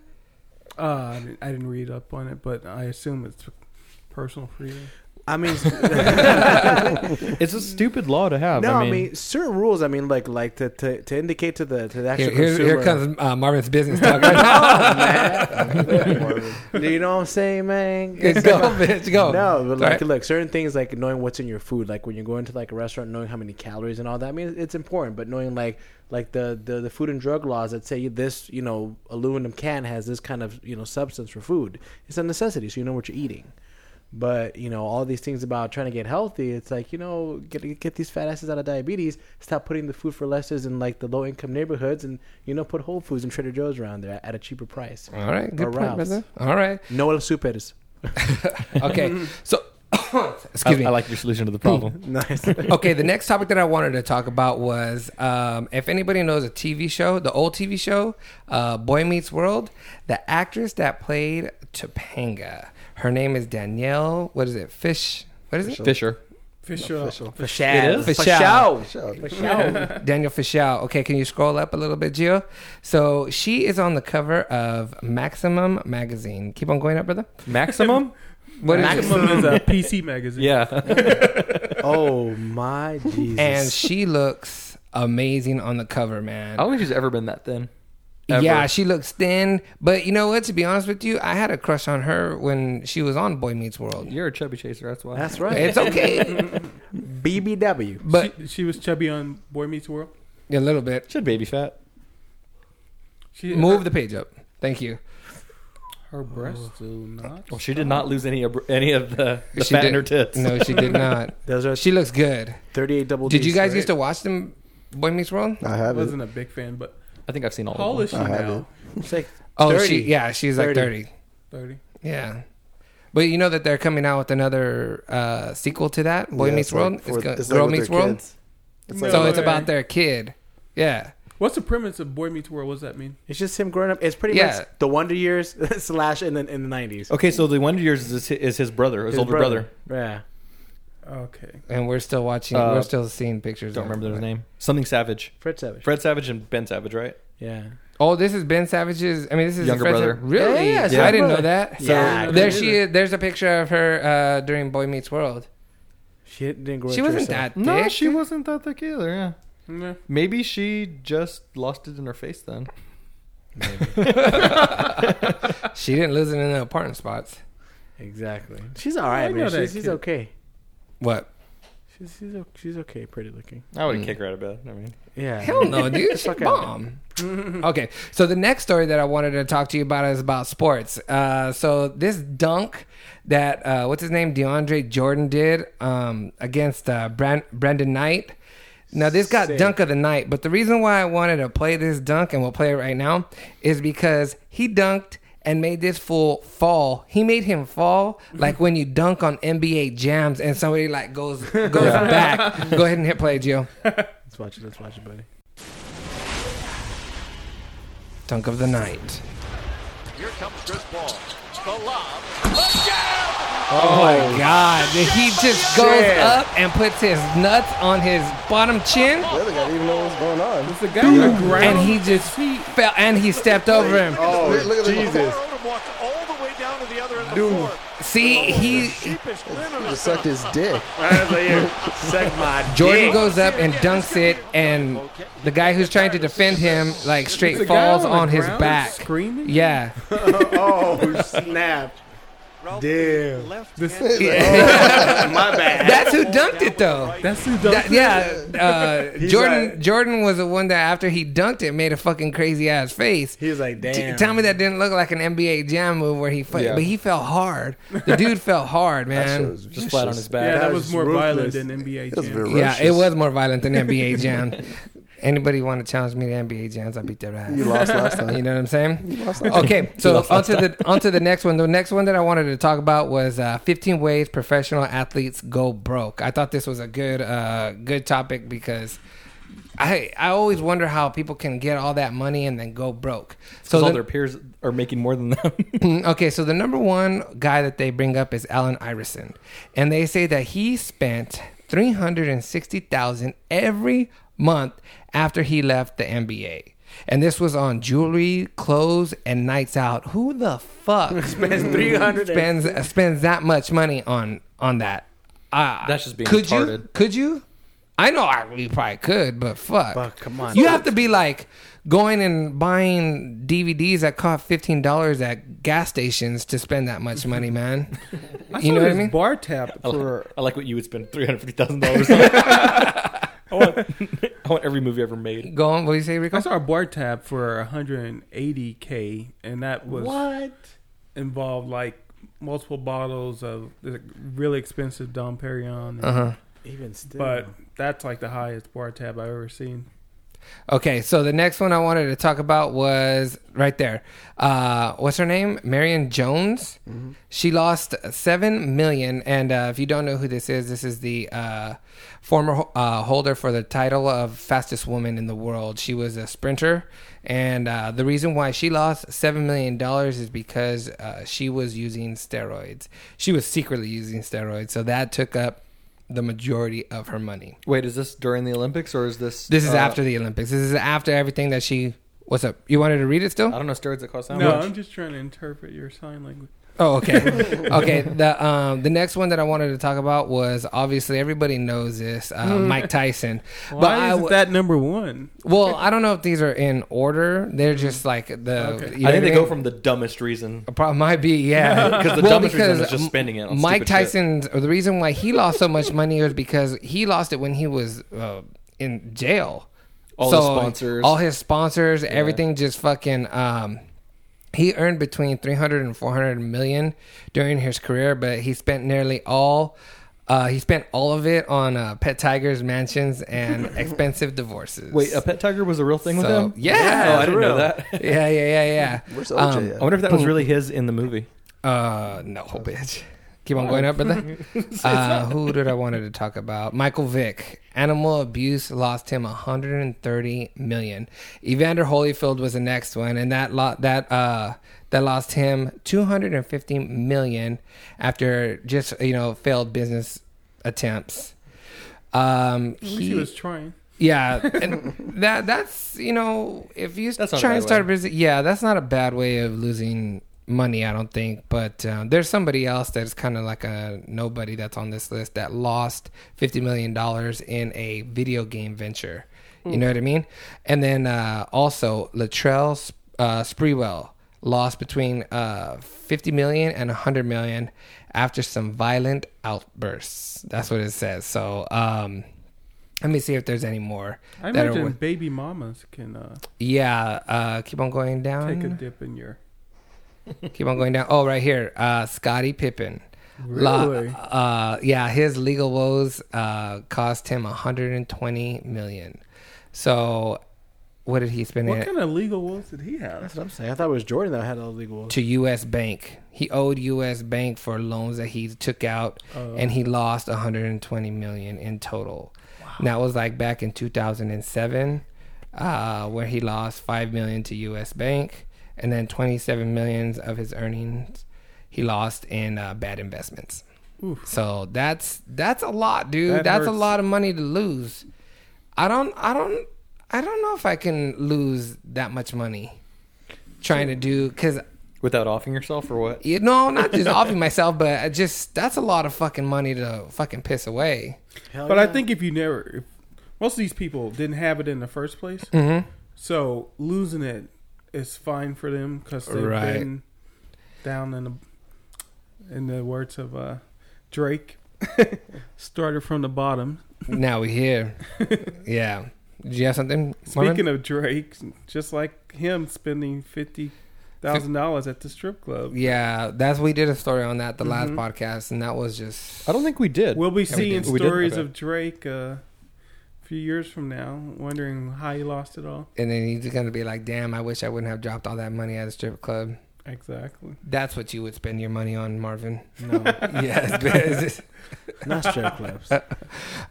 [SPEAKER 3] Uh, I didn't- I didn't read up on it, but I assume it's personal freedom.
[SPEAKER 5] I mean,
[SPEAKER 2] it's a stupid law to have.
[SPEAKER 5] No,
[SPEAKER 2] I
[SPEAKER 5] I
[SPEAKER 2] mean-
[SPEAKER 5] mean, certain rules. I mean, like like to, to, to indicate to the to the actual
[SPEAKER 1] Here, here,
[SPEAKER 5] consumer.
[SPEAKER 1] here comes uh, Marvin's business talk.
[SPEAKER 5] Do you know what I'm saying, man?
[SPEAKER 1] Go, bitch, go.
[SPEAKER 5] No, but
[SPEAKER 1] It's
[SPEAKER 5] like,
[SPEAKER 1] alright.
[SPEAKER 5] look, certain things like knowing what's in your food, like when you're going to like a restaurant, knowing how many calories and all that. I mean, it's important, but knowing like like the the, the food and drug laws that say this, you know, aluminum can has this kind of you know substance for food. It's a necessity, so you know what you're eating. But you know all these things about trying to get healthy. It's like you know get get these fat asses out of diabetes. Stop putting the food for lesses in like the low income neighborhoods, and you know put Whole Foods and Trader Joe's around there at a cheaper price.
[SPEAKER 1] All right, good
[SPEAKER 5] Or
[SPEAKER 1] point,
[SPEAKER 5] Ralph's.
[SPEAKER 1] brother. All right.
[SPEAKER 5] no el superes.
[SPEAKER 1] okay, so excuse
[SPEAKER 2] I-
[SPEAKER 1] me.
[SPEAKER 2] I like your solution to the problem.
[SPEAKER 5] nice.
[SPEAKER 1] okay, the next topic that I wanted to talk about was um, if anybody knows a TV show, the old TV show, uh, Boy Meets World, the actress that played Topanga, her name is Danielle. What is it? Fish. What is it?
[SPEAKER 2] Fisher.
[SPEAKER 3] Fisher.
[SPEAKER 1] Fischel.
[SPEAKER 5] Fischel.
[SPEAKER 1] Fischel.
[SPEAKER 5] Fischel.
[SPEAKER 1] Daniel Fischel. Okay, can you scroll up a little bit, Gio? So she is on the cover of Maximum magazine. Keep on going up, brother.
[SPEAKER 2] Maximum?
[SPEAKER 1] What is
[SPEAKER 3] Maximum
[SPEAKER 1] it?
[SPEAKER 3] is a PC magazine.
[SPEAKER 1] Yeah.
[SPEAKER 5] oh my Jesus!
[SPEAKER 1] And she looks amazing on the cover, man.
[SPEAKER 2] I don't think she's ever been that thin.
[SPEAKER 1] Yeah, she looks thin, but you know what? To be honest with you, I had a crush on her when she was on Boy Meets World.
[SPEAKER 2] You're a chubby chaser. That's why.
[SPEAKER 5] That's right.
[SPEAKER 1] It's okay.
[SPEAKER 5] BBW.
[SPEAKER 1] But
[SPEAKER 3] she, she was chubby on Boy Meets World.
[SPEAKER 1] a little bit.
[SPEAKER 2] Should baby fat.
[SPEAKER 3] She
[SPEAKER 1] Move the page up. Thank you.
[SPEAKER 3] her, her breasts do not.
[SPEAKER 1] Oh,
[SPEAKER 2] Well, she did not lose any of any of the, the
[SPEAKER 1] She
[SPEAKER 2] fat
[SPEAKER 1] did-
[SPEAKER 2] in her tits.
[SPEAKER 1] No, she did not.
[SPEAKER 5] Those are
[SPEAKER 1] she looks good.
[SPEAKER 5] thirty-eight double.
[SPEAKER 1] Did
[SPEAKER 5] Ds,
[SPEAKER 1] you guys
[SPEAKER 5] right?
[SPEAKER 1] used to watch them Boy Meets World?
[SPEAKER 4] I
[SPEAKER 3] I
[SPEAKER 4] have it.
[SPEAKER 3] wasn't a big fan, but
[SPEAKER 2] I think I've seen all
[SPEAKER 3] how old
[SPEAKER 2] of
[SPEAKER 3] is
[SPEAKER 2] them.
[SPEAKER 3] she now?
[SPEAKER 5] It's like
[SPEAKER 1] Oh,
[SPEAKER 5] 30.
[SPEAKER 1] she yeah, she's like
[SPEAKER 5] 30.
[SPEAKER 1] thirty.
[SPEAKER 3] Thirty.
[SPEAKER 1] Yeah. But you know that they're coming out with another uh, sequel to that, Boy
[SPEAKER 4] Yeah,
[SPEAKER 1] Meets
[SPEAKER 4] it's like
[SPEAKER 1] World.
[SPEAKER 4] for-
[SPEAKER 1] it's go-
[SPEAKER 4] it's like
[SPEAKER 1] Girl
[SPEAKER 4] with
[SPEAKER 1] Meets
[SPEAKER 4] their
[SPEAKER 1] World.
[SPEAKER 4] kids. It's like-
[SPEAKER 1] so
[SPEAKER 3] No
[SPEAKER 1] it's
[SPEAKER 3] way.
[SPEAKER 1] about their kid. Yeah.
[SPEAKER 3] What's the premise of Boy Meets World? What does that mean?
[SPEAKER 5] It's just him growing up. It's pretty
[SPEAKER 1] Yeah.
[SPEAKER 5] much the Wonder Years slash in the in the nineties.
[SPEAKER 2] Okay, so the Wonder Years is his, is his brother, his, older brother.
[SPEAKER 5] Yeah.
[SPEAKER 3] Okay.
[SPEAKER 1] And we're still watching.
[SPEAKER 2] Uh,
[SPEAKER 1] we're still seeing pictures.
[SPEAKER 2] Don't
[SPEAKER 1] of-
[SPEAKER 2] remember their name. Something Savage.
[SPEAKER 5] Fred Savage.
[SPEAKER 2] Fred Savage and Ben Savage, right?
[SPEAKER 5] Yeah.
[SPEAKER 1] Oh, this is Ben Savage's. I mean, this is
[SPEAKER 2] Younger
[SPEAKER 1] Fred's-
[SPEAKER 2] brother.
[SPEAKER 1] Really?
[SPEAKER 5] Yeah, it's
[SPEAKER 1] I
[SPEAKER 5] his
[SPEAKER 1] didn't know
[SPEAKER 5] brother.
[SPEAKER 1] that.
[SPEAKER 5] So- Yeah, I
[SPEAKER 1] So
[SPEAKER 5] didn't
[SPEAKER 1] there she
[SPEAKER 3] either.
[SPEAKER 1] is. There's a picture of her uh, during Boy Meets World.
[SPEAKER 5] She didn't grow.
[SPEAKER 1] She
[SPEAKER 5] into
[SPEAKER 1] wasn't
[SPEAKER 5] herself.
[SPEAKER 1] that thick.
[SPEAKER 2] wasn't that thick either. Yeah.
[SPEAKER 3] Yeah.
[SPEAKER 2] Maybe she just lost it in her face then.
[SPEAKER 1] She didn't lose it in the apartment spots.
[SPEAKER 5] Exactly. She's all right,
[SPEAKER 3] I
[SPEAKER 5] man.
[SPEAKER 3] know that
[SPEAKER 5] She's, she's
[SPEAKER 3] kid.
[SPEAKER 5] okay.
[SPEAKER 1] What?
[SPEAKER 5] She's she's o- she's okay. Pretty looking.
[SPEAKER 2] I would kick her out of bed. I mean,
[SPEAKER 5] Yeah.
[SPEAKER 1] Hell no, dude. She's
[SPEAKER 5] Fuck outta
[SPEAKER 1] bomb. okay, so the next story that I wanted to talk to you about is about sports. Uh, so this dunk that uh, what's his name DeAndre Jordan did um, against uh, Brand- Brandon Knight. Now this got
[SPEAKER 5] Sick.
[SPEAKER 1] dunk of the night, but the reason why I wanted to play this dunk and we'll play it right now is because he dunked and made this fool fall. He made him fall like when you dunk on NBA jams and somebody like goes goes back. Go ahead and hit play, Gio.
[SPEAKER 5] Let's watch it. Let's watch it, buddy.
[SPEAKER 1] Dunk of the night.
[SPEAKER 12] Here comes Chris Paul. The lob.
[SPEAKER 1] Oh my God! He just goes
[SPEAKER 4] Shit.
[SPEAKER 1] up and puts his nuts on his bottom chin,
[SPEAKER 4] The other guy didn't even know what was going on.
[SPEAKER 3] The guy on the
[SPEAKER 1] and
[SPEAKER 3] ground.
[SPEAKER 1] he just fell, and he stepped over him.
[SPEAKER 4] Oh, look at
[SPEAKER 12] The
[SPEAKER 4] Jesus.
[SPEAKER 12] Odom walked all the way down to the other end of the
[SPEAKER 4] Dude.
[SPEAKER 12] floor.
[SPEAKER 1] See, he
[SPEAKER 12] Sheepish grin on
[SPEAKER 4] Just
[SPEAKER 12] his
[SPEAKER 4] sucked his dick.
[SPEAKER 1] Jordan goes up and dunks it, and the guy who's trying to defend him like
[SPEAKER 3] The
[SPEAKER 1] straight
[SPEAKER 3] guy
[SPEAKER 1] falls
[SPEAKER 3] the
[SPEAKER 1] on his
[SPEAKER 3] ground
[SPEAKER 1] back.
[SPEAKER 3] Screaming.
[SPEAKER 1] Yeah,
[SPEAKER 5] oh snap! Damn.
[SPEAKER 12] left
[SPEAKER 3] This-
[SPEAKER 12] hand
[SPEAKER 4] Oh,
[SPEAKER 5] My bad.
[SPEAKER 1] that's who dunked it though.
[SPEAKER 3] That's who
[SPEAKER 1] That-
[SPEAKER 3] does.
[SPEAKER 1] yeah, uh,
[SPEAKER 5] He's
[SPEAKER 1] Jordan.
[SPEAKER 5] like-
[SPEAKER 1] Jordan was the one that after he dunked it made a fucking crazy ass face.
[SPEAKER 5] He was like,
[SPEAKER 1] T-
[SPEAKER 5] "Damn."
[SPEAKER 1] Tell me that didn't look like an NBA jam move where he fought,
[SPEAKER 2] Yeah.
[SPEAKER 1] but he fell hard. The dude fell hard, man.
[SPEAKER 2] just flat on his
[SPEAKER 3] Yeah,
[SPEAKER 2] back.
[SPEAKER 3] that,
[SPEAKER 4] That
[SPEAKER 3] was,
[SPEAKER 4] was
[SPEAKER 3] more
[SPEAKER 4] ruthless.
[SPEAKER 3] violent than NBA.
[SPEAKER 4] That was
[SPEAKER 3] jam.
[SPEAKER 4] very
[SPEAKER 1] Yeah, it
[SPEAKER 4] ferocious.
[SPEAKER 1] was more violent than NBA jam. Anybody want to challenge me to NBA jams? I beat their ass.
[SPEAKER 4] You lost last time.
[SPEAKER 1] You know what I'm saying? Okay, so onto the onto the next one. The next one that I wanted to talk about was uh, 15 ways professional athletes go broke. I thought this was a good uh, good topic because I I always wonder how people can get all that money and then go broke.
[SPEAKER 2] So all
[SPEAKER 1] the-
[SPEAKER 2] their peers are making more than them.
[SPEAKER 1] Mm, okay, so the number one guy that they bring up is Alan Iverson, and they say that he spent three hundred and sixty thousand every month after he left the NBA. And this was on jewelry, clothes, and nights out. Who the fuck
[SPEAKER 13] Spends 300 and-
[SPEAKER 1] spends spends that much money on on that? Uh,
[SPEAKER 13] That's just being
[SPEAKER 1] could you?
[SPEAKER 13] retarded.
[SPEAKER 1] Could you? I know I really probably could, but fuck.
[SPEAKER 13] Fuck, come on.
[SPEAKER 1] You have to be like going and buying DVDs that cost fifteen dollars at gas stations to spend that much money, man. you know what I mean?
[SPEAKER 13] Bar tab. I like, I like what you would spend three hundred fifty thousand dollars on. I want, I want every movie ever made.
[SPEAKER 1] Go on. What do you say, Rico?
[SPEAKER 3] I saw a bar tab for 180k, and that was
[SPEAKER 13] What?
[SPEAKER 3] involved like multiple bottles of this really expensive Dom Perignon. and-
[SPEAKER 1] Uh-huh.
[SPEAKER 13] Even still.
[SPEAKER 3] but that's like the highest bar tab I've ever seen.
[SPEAKER 1] Okay, so the next one I wanted to talk about was right there. Uh, what's her name? Marion Jones. She lost seven million, and uh, if you don't know who this is, this is the uh, former uh, holder for the title of fastest woman in the world. She was a sprinter, and uh, the reason why she lost seven million dollars is because uh, she was using steroids. She was secretly using steroids, so that took up the majority of her money.
[SPEAKER 2] Wait, is this during the Olympics or is this?
[SPEAKER 1] This is
[SPEAKER 2] uh,
[SPEAKER 1] after the Olympics. This is after everything that she. What's up? You wanted to read it still?
[SPEAKER 2] I don't know steroids that cost that
[SPEAKER 3] No,
[SPEAKER 2] much.
[SPEAKER 3] I'm just trying to interpret your sign language.
[SPEAKER 1] Oh, okay. okay. The um the next one that I wanted to talk about was obviously everybody knows this uh,
[SPEAKER 3] Mm.
[SPEAKER 1] Mike Tyson.
[SPEAKER 3] Why
[SPEAKER 1] I
[SPEAKER 3] isn't
[SPEAKER 1] w-
[SPEAKER 3] that number one?
[SPEAKER 1] Well, I don't know if these are in order. They're just like the.
[SPEAKER 3] Okay.
[SPEAKER 1] you know
[SPEAKER 2] Mm. I think
[SPEAKER 1] what
[SPEAKER 2] they
[SPEAKER 1] mean?
[SPEAKER 2] go from the dumbest reason.
[SPEAKER 1] Probably might be, yeah.
[SPEAKER 2] 'Cause the dumbest reason is just spending it on
[SPEAKER 1] Mike
[SPEAKER 2] stupid shit.
[SPEAKER 1] Tyson's, or the reason why he lost so much money was because he lost it when he was uh, in jail.
[SPEAKER 2] All his sponsors.
[SPEAKER 1] all his sponsors, everything just fucking. Um, he earned between 300 and 400 million during his career, but he spent nearly all. Uh, he spent all of it on uh, pet tigers, mansions, and expensive divorces.
[SPEAKER 2] Wait, a pet tiger was a real thing with
[SPEAKER 1] So-
[SPEAKER 2] him?
[SPEAKER 1] Yeah,
[SPEAKER 2] oh, I didn't know that.
[SPEAKER 1] yeah, yeah, yeah, yeah. Um,
[SPEAKER 2] Where's OJ at? I wonder if that was really his in the movie.
[SPEAKER 1] Uh, no, bitch. Keep on going up, brother. Uh, who did I wanted to talk about? Michael Vick. Animal abuse lost him 130 million. Evander Holyfield was the next one, and that lo- that uh that lost him 250 million after just you know failed business attempts. Um,
[SPEAKER 3] At least he was trying.
[SPEAKER 1] Yeah, and that that's you know if you
[SPEAKER 3] That's not a
[SPEAKER 1] try and
[SPEAKER 3] bad
[SPEAKER 1] start a
[SPEAKER 3] way.
[SPEAKER 1] business, yeah, that's not a bad way of losing money, I don't think. But uh, there's somebody else that's kind of like a nobody that's on this list that lost fifty million dollars in a video game venture. You
[SPEAKER 3] Hmm.
[SPEAKER 13] Mm.
[SPEAKER 1] know what I mean? And then uh, also Latrell Sp- uh, Sprewell lost between uh, fifty million and hundred million after some violent outbursts. That's what it says. So. um let me see if there's any more.
[SPEAKER 3] I
[SPEAKER 1] that are
[SPEAKER 3] imagine
[SPEAKER 1] worth-
[SPEAKER 3] baby mamas can uh,
[SPEAKER 1] yeah, uh, keep on going down.
[SPEAKER 3] take a dip in your.
[SPEAKER 1] Keep on going down. Oh, right here, uh, Scotty Pippen. La-
[SPEAKER 3] Really?
[SPEAKER 1] uh, yeah, his legal woes uh, cost him 120 million. So, what did he spend
[SPEAKER 3] What
[SPEAKER 1] it
[SPEAKER 3] kind of legal wolves did he have? That's
[SPEAKER 5] what I'm saying. I thought it was Jordan that had all the legal wolves.
[SPEAKER 1] to? U.S. Bank. He owed U.S. Bank for loans that he took out,
[SPEAKER 5] Oh.
[SPEAKER 1] and he lost 120 million in total. And that was like back in 2007, uh, where he lost five million to U.S. Bank, and then 27 millions of his earnings he lost in uh, bad investments.
[SPEAKER 3] Oof.
[SPEAKER 1] So that's that's a lot, dude.
[SPEAKER 13] That
[SPEAKER 1] that's a
[SPEAKER 13] hurts.
[SPEAKER 1] lot of money to lose. I don't, I don't, I don't know if I can lose that much money trying to do because
[SPEAKER 2] Without offing yourself or what?
[SPEAKER 1] you know, not just offing myself, but I just that's a lot of fucking money to fucking piss away.
[SPEAKER 3] but I think if you never, if most of these people didn't have it in the first place,
[SPEAKER 1] Mhm.
[SPEAKER 3] so losing it is fine for them because they've
[SPEAKER 1] Right.
[SPEAKER 3] been down in the, in the words of uh, Drake, started from the bottom.
[SPEAKER 1] now we here. Yeah. Do you have something? Marvin?
[SPEAKER 3] Speaking of Drake, just like him spending fifty thousand dollars at the strip club,
[SPEAKER 1] yeah, that's we did a story on that the last
[SPEAKER 3] Mhm.
[SPEAKER 1] podcast, and that was just.
[SPEAKER 2] Mm-hmm. I don't think we did.
[SPEAKER 3] We'll be
[SPEAKER 1] Yeah, we
[SPEAKER 3] seeing
[SPEAKER 1] did.
[SPEAKER 3] stories
[SPEAKER 1] Okay.
[SPEAKER 3] of Drake uh, a few years from now, wondering how he lost it all.
[SPEAKER 1] And then he's gonna be like, "Damn, I wish I wouldn't have dropped all that money at a strip club."
[SPEAKER 3] Exactly.
[SPEAKER 1] That's what you would spend your money on, Marvin.
[SPEAKER 5] No.
[SPEAKER 1] yes.
[SPEAKER 5] Not strip clubs.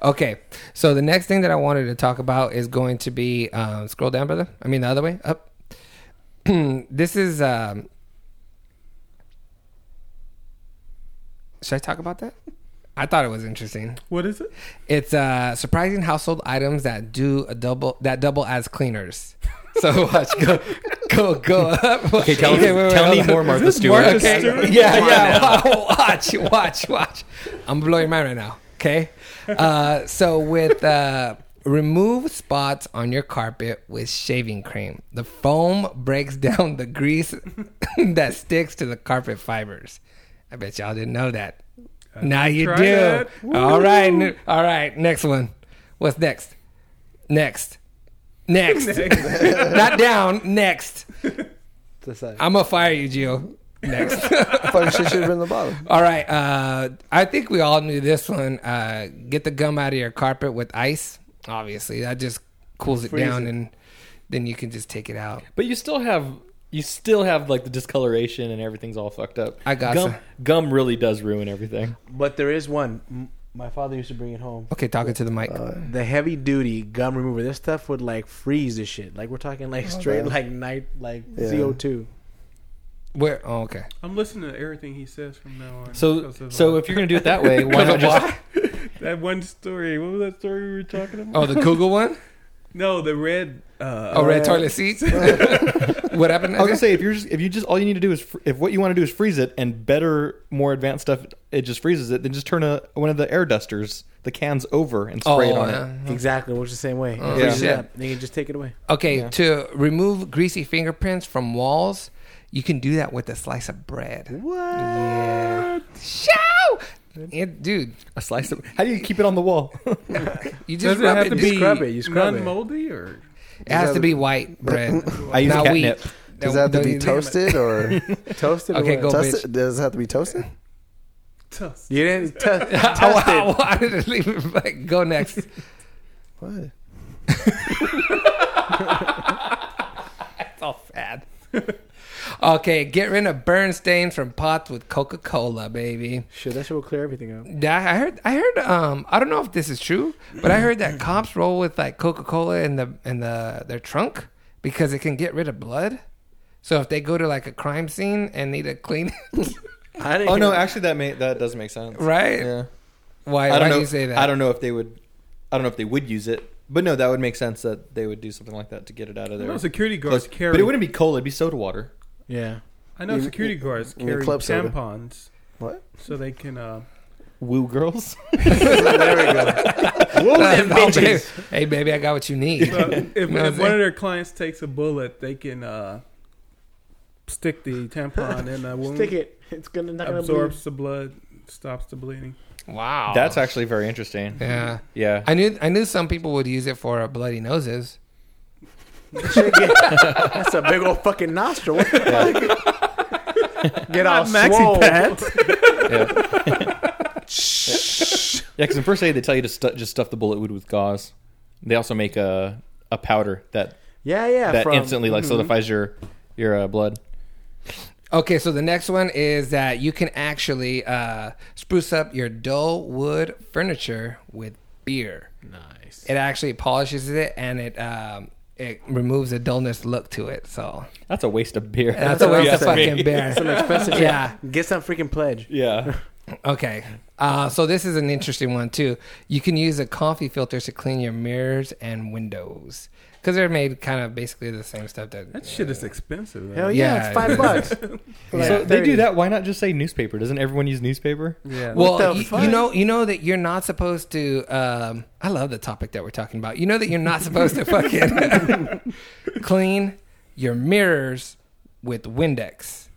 [SPEAKER 1] okay. So the next thing that I wanted to talk about is going to be um, scroll down, brother. I mean the other way up. this is. Um, should I talk about that? I thought it was interesting.
[SPEAKER 3] What is it?
[SPEAKER 1] It's uh, surprising household items that do a double that double as cleaners. So watch go go go up.
[SPEAKER 2] Okay, tell me- tell me
[SPEAKER 1] hold
[SPEAKER 2] more,
[SPEAKER 1] on.
[SPEAKER 2] Martha Is this Stewart. Martha
[SPEAKER 1] Okay,
[SPEAKER 2] Stewart?
[SPEAKER 1] Yeah,
[SPEAKER 2] Come on
[SPEAKER 1] yeah.
[SPEAKER 2] now.
[SPEAKER 1] Watch, watch, watch. I'm blowing your mind right now. Okay. Uh, so with uh, remove spots on your carpet with shaving cream. The foam breaks down the grease that sticks to the carpet fibers. I bet y'all didn't know that. now you
[SPEAKER 2] Try
[SPEAKER 1] do.
[SPEAKER 2] that.
[SPEAKER 1] All right,
[SPEAKER 2] Woo.
[SPEAKER 1] n- all right. Next one. What's next? Next. Next.
[SPEAKER 5] Next.
[SPEAKER 1] Not down. Next.
[SPEAKER 5] the side.
[SPEAKER 1] I'm gonna fire you, Gio. Next.
[SPEAKER 4] Funny shit should have been the bottom.
[SPEAKER 1] All right. Uh, I think we all knew this one. Uh, get the gum out of your carpet with ice. Obviously, that just cools it
[SPEAKER 2] Freeze
[SPEAKER 1] down,
[SPEAKER 2] it.
[SPEAKER 1] and then you can just take it out.
[SPEAKER 2] But you still have you still have like the discoloration and everything's all fucked up.
[SPEAKER 1] I got
[SPEAKER 2] gum.
[SPEAKER 1] some.
[SPEAKER 2] Gum really does ruin everything.
[SPEAKER 5] But there is one. M- My father used to bring it home.
[SPEAKER 1] Okay, talking to the mic.
[SPEAKER 2] Uh,
[SPEAKER 5] the heavy duty gum remover. This stuff would like freeze the shit. Like we're talking like
[SPEAKER 2] Oh,
[SPEAKER 5] straight
[SPEAKER 3] man.
[SPEAKER 5] like night like
[SPEAKER 3] Yeah.
[SPEAKER 5] CO two.
[SPEAKER 1] Where? Oh, okay.
[SPEAKER 3] I'm listening to everything he says from now on.
[SPEAKER 2] So-
[SPEAKER 3] because of,
[SPEAKER 2] so
[SPEAKER 3] uh,
[SPEAKER 2] if you're gonna do it that way, why not
[SPEAKER 3] Because of why? that one story? What was that story we were talking about?
[SPEAKER 1] Oh, the Google one.
[SPEAKER 3] No, the red. Uh,
[SPEAKER 1] Oh, red toilet seat. what happened?
[SPEAKER 2] I was gonna say if you're just, if you just all you need to do is fr- if what you want to do is freeze it and better more advanced stuff it just freezes it then just turn a one of the air dusters the cans over and
[SPEAKER 1] Oh,
[SPEAKER 2] spray it on it.
[SPEAKER 1] Uh-huh.
[SPEAKER 5] Exactly, works the same way.
[SPEAKER 2] Oh,
[SPEAKER 5] It freezes
[SPEAKER 2] shit.
[SPEAKER 5] it up. Then you just take it away.
[SPEAKER 1] Okay,
[SPEAKER 5] Yeah.
[SPEAKER 1] to remove greasy fingerprints from walls, you can do that with a slice of bread. What? Yeah. Show! It, dude.
[SPEAKER 2] A slice of How do you keep it on the wall?
[SPEAKER 1] you just
[SPEAKER 3] Does it
[SPEAKER 1] rub
[SPEAKER 3] have
[SPEAKER 1] it.
[SPEAKER 3] to
[SPEAKER 1] You
[SPEAKER 3] be
[SPEAKER 1] scrub it, you scrub it.
[SPEAKER 3] non-moldy or?
[SPEAKER 1] It has to be white bread.
[SPEAKER 4] I use
[SPEAKER 1] Not
[SPEAKER 4] catnip.
[SPEAKER 1] wheat.
[SPEAKER 4] Does it have to
[SPEAKER 1] Don't
[SPEAKER 4] be
[SPEAKER 1] use-
[SPEAKER 4] toasted or
[SPEAKER 5] Toasted or
[SPEAKER 1] Okay,
[SPEAKER 5] what?
[SPEAKER 1] go
[SPEAKER 4] Toasted?
[SPEAKER 1] bitch.
[SPEAKER 4] Does it have to be toasted?
[SPEAKER 5] You didn't t- test
[SPEAKER 1] I, I
[SPEAKER 5] it.
[SPEAKER 1] wanted to leave it blank. Go next.
[SPEAKER 4] What?
[SPEAKER 1] It's all fad. okay, get rid of burn stains from pots with Coca Cola, baby.
[SPEAKER 5] Shit, that shit will clear everything up.
[SPEAKER 1] Yeah, I heard. I heard. Um, I don't know if this is true, but I heard
[SPEAKER 2] Mm-hmm.
[SPEAKER 1] that cops roll with like Coca Cola in the in the their trunk because it can get rid of blood. So if they go to like a crime scene and need to clean it,
[SPEAKER 2] oh no, actually that may that does make sense.
[SPEAKER 1] Right?
[SPEAKER 2] Yeah.
[SPEAKER 1] Why-
[SPEAKER 2] I
[SPEAKER 1] why
[SPEAKER 2] don't
[SPEAKER 1] do
[SPEAKER 2] know-
[SPEAKER 1] you say that?
[SPEAKER 2] I don't know if they would I don't know if they would use it. But no, that would make sense that they would do something like that to get it out of there.
[SPEAKER 3] No, security guards
[SPEAKER 2] Close-
[SPEAKER 3] carry-
[SPEAKER 2] But it wouldn't be cola, it'd be soda water.
[SPEAKER 5] Yeah.
[SPEAKER 3] I know security guards carry tampons. What? So they can. Uh,
[SPEAKER 2] Woo girls.
[SPEAKER 3] Woo them
[SPEAKER 1] Oh, baby.
[SPEAKER 3] bitches.
[SPEAKER 1] Hey, baby, I got what you need.
[SPEAKER 3] So
[SPEAKER 1] You
[SPEAKER 3] if,
[SPEAKER 1] know what I'm
[SPEAKER 3] if one of
[SPEAKER 1] saying?
[SPEAKER 3] their clients takes a bullet, they can uh, stick the tampon in a wound.
[SPEAKER 5] Stick it. It's gonna not gonna
[SPEAKER 3] absorbs the blood, stops the bleeding.
[SPEAKER 1] Wow.
[SPEAKER 2] That's actually very interesting.
[SPEAKER 1] Oh. Yeah.
[SPEAKER 2] Yeah.
[SPEAKER 1] I knew I knew some people would use it for uh, bloody noses.
[SPEAKER 5] That's a big old fucking nostril. What the fuck? Get
[SPEAKER 2] Not
[SPEAKER 5] all
[SPEAKER 2] maxi
[SPEAKER 5] swole.
[SPEAKER 2] pads. yeah, because in first aid they tell you to stu- just stuff the bullet wound with gauze. They also make a a powder that
[SPEAKER 5] Yeah, yeah,
[SPEAKER 2] that
[SPEAKER 5] from-
[SPEAKER 2] instantly like
[SPEAKER 1] Mm-hmm.
[SPEAKER 5] mhm.
[SPEAKER 2] solidifies your your uh, blood.
[SPEAKER 1] Okay, so the next one is that you can actually uh, spruce up your dull wood furniture with beer. Nice. It actually polishes it and it um, it removes a dullness look to it. So
[SPEAKER 2] That's a waste of beer.
[SPEAKER 1] That's a waste of fucking beer.
[SPEAKER 5] It's an expensive.
[SPEAKER 1] Yeah.
[SPEAKER 5] yeah. Get some freaking pledge.
[SPEAKER 2] Yeah.
[SPEAKER 1] Okay. Uh, so this is an interesting one too. You can use a coffee filter to clean your mirrors and windows because they're made kind of basically the same stuff that.
[SPEAKER 3] That shit is expensive. though.
[SPEAKER 5] Hell yeah, it's five bucks. Like
[SPEAKER 2] so they
[SPEAKER 5] 30.
[SPEAKER 2] do that. Why not just say newspaper? Doesn't everyone use newspaper?
[SPEAKER 3] Yeah.
[SPEAKER 1] Well, you, you know, you know that you're not supposed to. Um, I love the topic that we're talking about. You know that you're not supposed to fucking clean your mirrors with Windex.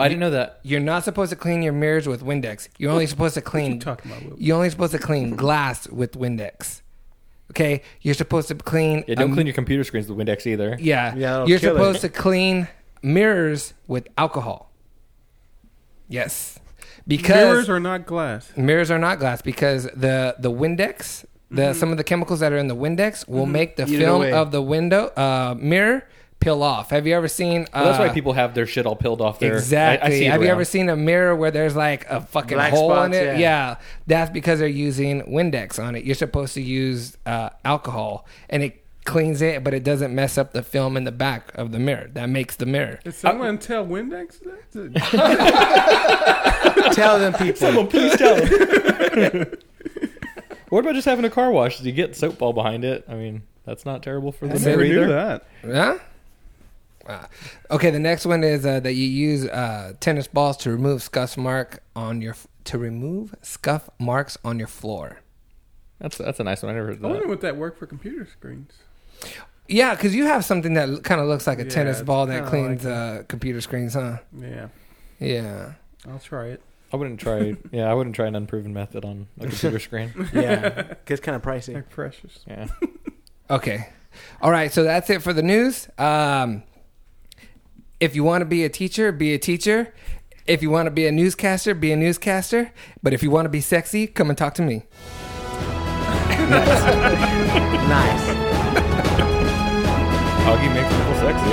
[SPEAKER 2] I didn't know that.
[SPEAKER 1] You're not supposed to clean your mirrors with Windex. You're only supposed to clean.
[SPEAKER 3] you talking about, Will?
[SPEAKER 1] You're only supposed to clean glass with Windex. Okay, you're supposed to clean.
[SPEAKER 2] Yeah, don't
[SPEAKER 1] um,
[SPEAKER 2] clean your computer screens with Windex either.
[SPEAKER 1] Yeah, you're supposed to clean mirrors with alcohol. Yes, because
[SPEAKER 3] Mirrors are not glass.
[SPEAKER 1] Mirrors are not glass because the the Windex, the
[SPEAKER 2] Mm-hmm.
[SPEAKER 1] some of the chemicals that are in the Windex will make the
[SPEAKER 2] Eat it
[SPEAKER 1] film
[SPEAKER 2] away.
[SPEAKER 1] of the window uh, mirror peel off. Have you ever seen? Uh,
[SPEAKER 2] Well, that's why people have their shit all peeled off there.
[SPEAKER 1] Exactly. Have you ever seen a mirror where there's like a fucking
[SPEAKER 2] Black
[SPEAKER 1] hole in
[SPEAKER 2] spots,
[SPEAKER 1] it?
[SPEAKER 2] yeah.
[SPEAKER 1] Yeah. that's because they're using Windex on it. You're supposed to use uh, alcohol, and it cleans it, but it doesn't mess up the film in the back of the mirror. That makes the mirror.
[SPEAKER 3] Did someone tell Windex that?
[SPEAKER 1] tell them people.
[SPEAKER 2] Someone please tell them. what about just having a car wash? Do you get soap ball behind it? I mean, that's not terrible for
[SPEAKER 3] I
[SPEAKER 2] the
[SPEAKER 3] never
[SPEAKER 2] mirror either.
[SPEAKER 3] knew that.
[SPEAKER 1] Yeah. Wow. Uh, Okay, the next one is uh, that you use uh, tennis balls to remove scuff mark on your to remove scuff marks on your floor.
[SPEAKER 2] That's that's a nice one. I never heard
[SPEAKER 3] I
[SPEAKER 2] of that.
[SPEAKER 3] wonder what that worked for computer screens.
[SPEAKER 1] Yeah, because you have something that kind of looks like a
[SPEAKER 3] Yeah,
[SPEAKER 1] tennis
[SPEAKER 3] it's
[SPEAKER 1] ball that
[SPEAKER 3] kinda
[SPEAKER 1] cleans
[SPEAKER 3] like
[SPEAKER 1] uh, computer screens, huh?
[SPEAKER 3] Yeah,
[SPEAKER 1] Yeah.
[SPEAKER 3] I'll try it.
[SPEAKER 2] I wouldn't try. yeah, I wouldn't try an unproven method on a computer screen.
[SPEAKER 5] Yeah, it's kind of pricey.
[SPEAKER 3] They're precious.
[SPEAKER 2] Yeah.
[SPEAKER 1] Okay. All right. So that's it for the news. Um, if you want to be a teacher, be a teacher. If you want to be a newscaster, be a newscaster. But if you want to be sexy, come and talk to me.
[SPEAKER 5] nice.
[SPEAKER 2] Augie makes people sexy.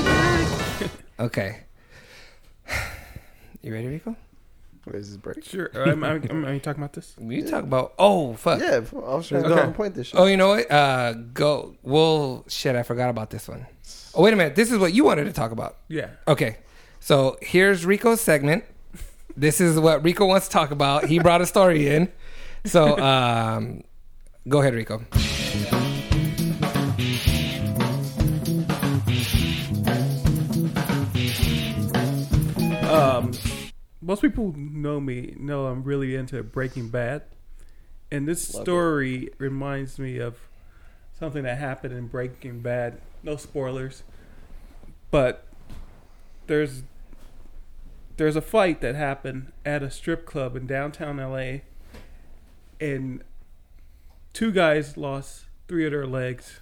[SPEAKER 1] Yeah. Okay. You ready, Rico?
[SPEAKER 4] What is this break?
[SPEAKER 3] Sure. uh, Am I, am I talking about this?
[SPEAKER 1] You talk about oh fuck.
[SPEAKER 4] Yeah, I was trying to
[SPEAKER 1] Okay.
[SPEAKER 4] point this shit.
[SPEAKER 1] Oh, you know what? Uh, go. Well, shit, I forgot about this one. Oh, wait a minute. This is what you wanted to talk about.
[SPEAKER 3] Yeah.
[SPEAKER 1] Okay. So here's Rico's segment. This is what Rico wants to talk about. He brought a story in. So um, go ahead, Rico.
[SPEAKER 3] Um, most people know me know I'm really into Breaking Bad, and this story reminds me of something that happened in Breaking Bad. No spoilers, but there's there's a fight that happened at a strip club in downtown LA, and two guys lost three of their legs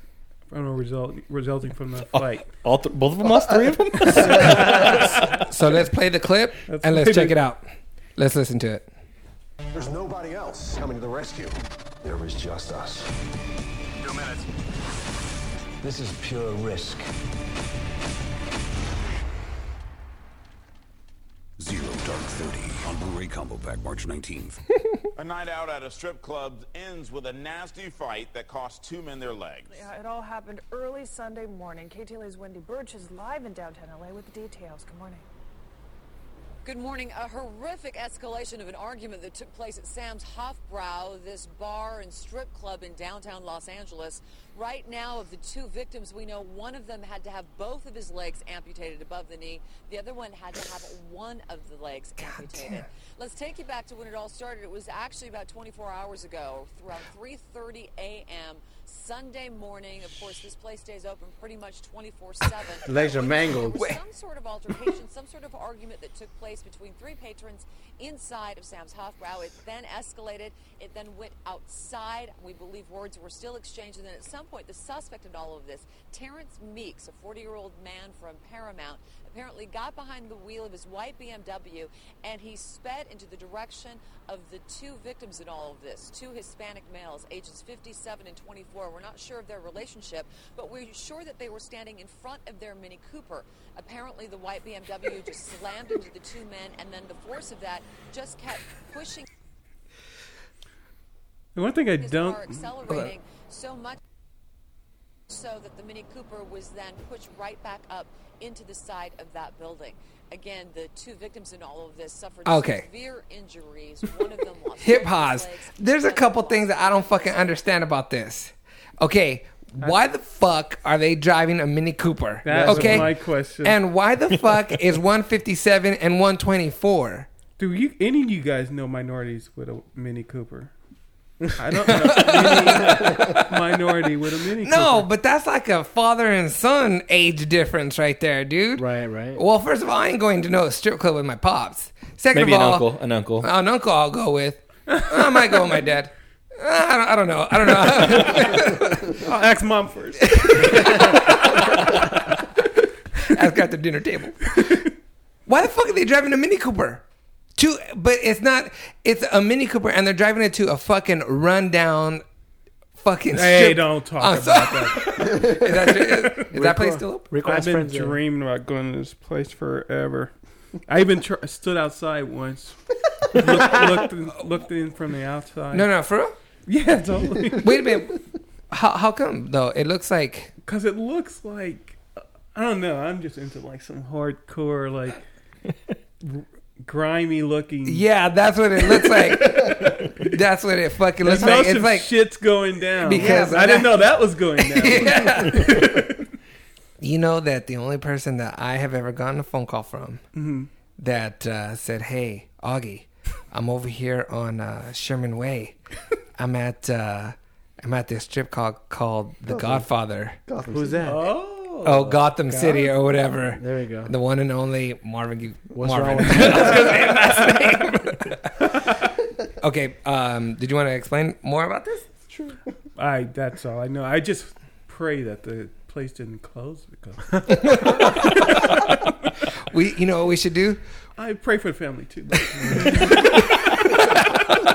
[SPEAKER 3] from a result resulting from the fight.
[SPEAKER 2] All th- both of them lost three of them.
[SPEAKER 1] So let's play the clip
[SPEAKER 3] Let's
[SPEAKER 1] and
[SPEAKER 3] play
[SPEAKER 1] let's check
[SPEAKER 3] the-
[SPEAKER 1] it out. Let's listen to it.
[SPEAKER 14] There's nobody else coming to the rescue. There was just us. Two minutes. This is pure risk.
[SPEAKER 15] Zero Dark Thirty on Blu-ray combo pack March 19th.
[SPEAKER 16] A night out at a strip club ends with a nasty fight that cost two men their legs.
[SPEAKER 17] Yeah, it all happened early Sunday morning. KTLA's Wendy Birch is live in downtown LA with the details. Good morning.
[SPEAKER 18] Good morning. A horrific escalation of an argument that took place at Sam's Hofbrau, this bar and strip club in downtown Los Angeles. Right now, of the two victims, we know one of them had to have both of his legs amputated above the knee. The other one had to have one of the legs amputated. Let's take you back to when it all started. It was actually about 24 hours ago, around 3:30 a.m. Sunday morning. Of course, this place stays open pretty much 24/7.
[SPEAKER 5] Legs are
[SPEAKER 18] We know there
[SPEAKER 5] mangled.
[SPEAKER 18] was
[SPEAKER 5] Wait.
[SPEAKER 18] some sort of altercation, some sort of argument that took place between three patrons inside of Sam's Hofbrau. It then escalated. It then went outside. We believe words were still exchanged. And then at some point, the suspect in all of this, Terrence Meeks, a 40 year old man from Paramount, apparently got behind the wheel of his white BMW and he sped into the direction of the two victims in all of this, two Hispanic males, ages 57 and 24. We're not sure of their relationship, but we're sure that they were standing in front of their Mini Cooper. Apparently, the white BMW just slammed into the two men, and then the force of that just kept pushing
[SPEAKER 3] The one thing I
[SPEAKER 18] his
[SPEAKER 3] don't
[SPEAKER 18] car, accelerating so much so that the Mini Cooper was then pushed right back up into the side of that building. Again, the two victims in all of this suffered
[SPEAKER 1] Okay.
[SPEAKER 18] severe injuries. One of them lost
[SPEAKER 1] Hip pause. There's a couple things that I don't fucking understand about this. Okay, why the fuck are they driving a Mini Cooper?
[SPEAKER 3] That was
[SPEAKER 1] okay,
[SPEAKER 3] my question.
[SPEAKER 1] And why the fuck is 157 and 124?
[SPEAKER 3] Do you any of you guys know minorities with a Mini Cooper? I don't know any minority with a Mini
[SPEAKER 1] No, but that's like a father and son age difference right there, dude. Right, right. Well, first of all, I ain't going to no strip club with my pops. Second
[SPEAKER 2] Maybe
[SPEAKER 1] of
[SPEAKER 2] an
[SPEAKER 1] all,
[SPEAKER 2] uncle. An uncle.
[SPEAKER 1] An uncle I'll go with. I might go with my dad. I don't, I don't know. I don't know.
[SPEAKER 3] I'll ask mom first.
[SPEAKER 1] ask her at the dinner table. Why the fuck are they driving a Mini Cooper? To but it's not. It's a Mini Cooper, and they're driving it to a fucking rundown, fucking.
[SPEAKER 3] Hey,
[SPEAKER 1] strip.
[SPEAKER 3] don't talk
[SPEAKER 1] I'm
[SPEAKER 3] about
[SPEAKER 1] sorry. is that, is, is that place still open?
[SPEAKER 3] I've been dreaming about going to this place forever. I even tr- stood outside once, looked, looked, in, looked in from the outside.
[SPEAKER 1] No, no, for real.
[SPEAKER 3] Yeah, totally.
[SPEAKER 1] Wait a minute. How how come though? It looks like
[SPEAKER 3] because it looks like I don't know. I'm just into like some hardcore, like grimy looking.
[SPEAKER 1] Yeah, that's what it looks like. that's what it fucking
[SPEAKER 3] There's
[SPEAKER 1] looks like.
[SPEAKER 3] no
[SPEAKER 1] It's
[SPEAKER 3] some
[SPEAKER 1] like
[SPEAKER 3] shit's going down.
[SPEAKER 1] because
[SPEAKER 3] I didn't know that was going down.
[SPEAKER 1] you know that the only person that I have ever gotten a phone call from
[SPEAKER 5] Mm-hmm.
[SPEAKER 3] Mhm.
[SPEAKER 1] that uh, said, "Hey, Augie, I'm over here on uh, Sherman Way. I'm at uh, I'm at this strip called called The
[SPEAKER 5] Gotham.
[SPEAKER 1] Godfather.
[SPEAKER 5] Gotham Who's City. that?
[SPEAKER 1] Oh, Gotham City or whatever.
[SPEAKER 5] There you go.
[SPEAKER 1] The one and only Marvin. Gaye-
[SPEAKER 5] What's
[SPEAKER 1] Marvin.
[SPEAKER 5] wrong with that?
[SPEAKER 1] I was gonna say last name. okay. Um, did you want to explain more about this?
[SPEAKER 3] I that's all I know. I just pray that the place didn't close because
[SPEAKER 1] we you know what we should do?
[SPEAKER 3] I pray for the family too.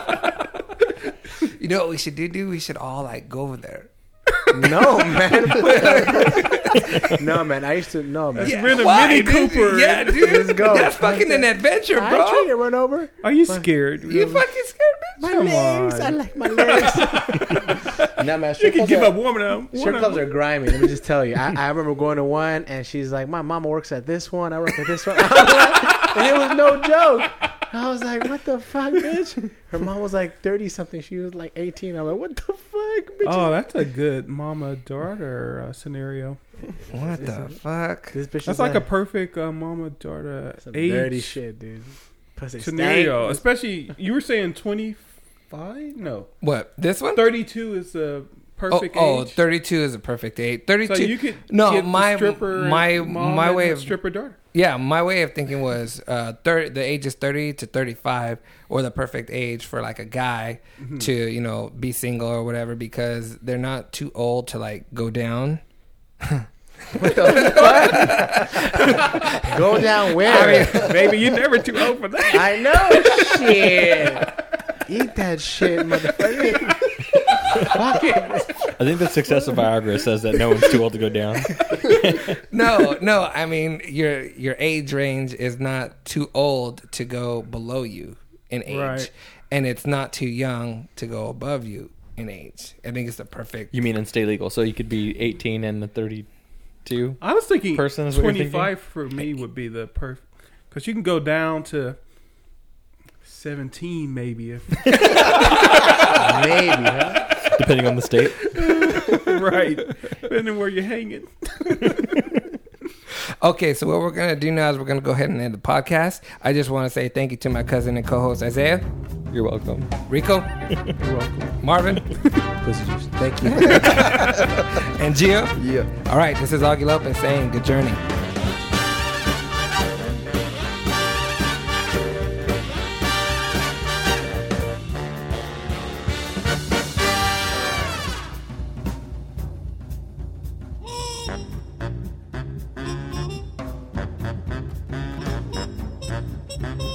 [SPEAKER 1] You know what we should do? Do we should all like go over there?
[SPEAKER 5] No man. no man. I used to no man.
[SPEAKER 1] Yeah, why, dude? Yeah, dude. That's fucking an adventure,
[SPEAKER 5] I
[SPEAKER 1] bro.
[SPEAKER 5] tried to run over.
[SPEAKER 3] Are you scared?
[SPEAKER 1] You fucking scared me.
[SPEAKER 5] My
[SPEAKER 1] Come
[SPEAKER 5] legs.
[SPEAKER 1] on.
[SPEAKER 5] I like my legs. Nah, man. strip
[SPEAKER 3] can
[SPEAKER 5] clubs
[SPEAKER 3] give
[SPEAKER 5] are-
[SPEAKER 3] up one now, one
[SPEAKER 5] Strip clubs
[SPEAKER 3] now.
[SPEAKER 5] are grimy. Let me just tell you. I, I remember going to one, and she's like, "My mama works at this one. I work at this one." and it was no joke. I was like, "What the fuck, bitch?" Her mom was like thirty something. She was like eighteen. I'm like, "What the fuck, bitch?"
[SPEAKER 3] oh, that's a good mama daughter uh, scenario.
[SPEAKER 1] What the fuck?
[SPEAKER 5] This bitch
[SPEAKER 3] That's
[SPEAKER 5] is
[SPEAKER 3] like a
[SPEAKER 5] like-
[SPEAKER 3] perfect uh, mama daughter
[SPEAKER 5] Some
[SPEAKER 3] age
[SPEAKER 5] dirty shit, dude. Pussy
[SPEAKER 3] scenario.
[SPEAKER 5] stank.
[SPEAKER 3] Especially you were saying twenty five? No,
[SPEAKER 1] What, this one?
[SPEAKER 3] Thirty two is the perfect
[SPEAKER 1] oh, oh,
[SPEAKER 3] age.
[SPEAKER 1] 32 is a perfect age. 32.
[SPEAKER 3] So you could
[SPEAKER 1] no,
[SPEAKER 3] get the
[SPEAKER 1] my
[SPEAKER 3] stripper
[SPEAKER 1] my
[SPEAKER 3] mom
[SPEAKER 1] my
[SPEAKER 3] and
[SPEAKER 1] way
[SPEAKER 3] the
[SPEAKER 1] of
[SPEAKER 3] stripper daughter.
[SPEAKER 1] Yeah, my way of thinking was uh, thirty. The age is 30 to 35, or the perfect age for like a guy
[SPEAKER 3] Mhm.
[SPEAKER 1] to you know be single or whatever because they're not too old to like go down.
[SPEAKER 5] What the fuck? Go down where?
[SPEAKER 1] I mean,
[SPEAKER 3] baby, you're never too old for that.
[SPEAKER 5] I know. Shit. Eat that shit, motherfucker. fuck it.
[SPEAKER 2] I think the success of Viagra says that no one's too old to go down.
[SPEAKER 1] no, no. I mean, your your age range is not too old to go below you in age,
[SPEAKER 2] Right.
[SPEAKER 1] and it's not too young to go above you in age. I think it's the perfect.
[SPEAKER 2] You mean and stay legal, so you could be 18 and the 32.
[SPEAKER 3] I was thinking
[SPEAKER 2] person is what you're
[SPEAKER 3] twenty
[SPEAKER 2] thinking?
[SPEAKER 3] five for me would be the perfect because you can go down to seventeen maybe if maybe huh?
[SPEAKER 2] depending on the state.
[SPEAKER 3] right depending where you're hanging.
[SPEAKER 1] Okay, so what we're gonna do now is we're gonna go ahead and end the podcast. I just want to say thank you to my cousin and co-host Isaiah.
[SPEAKER 2] You're welcome,
[SPEAKER 1] Rico. You're welcome, Marvin. Thank you. and Gio. Yeah. All right, this is Augie Lopez saying good journey.
[SPEAKER 8] Thank you.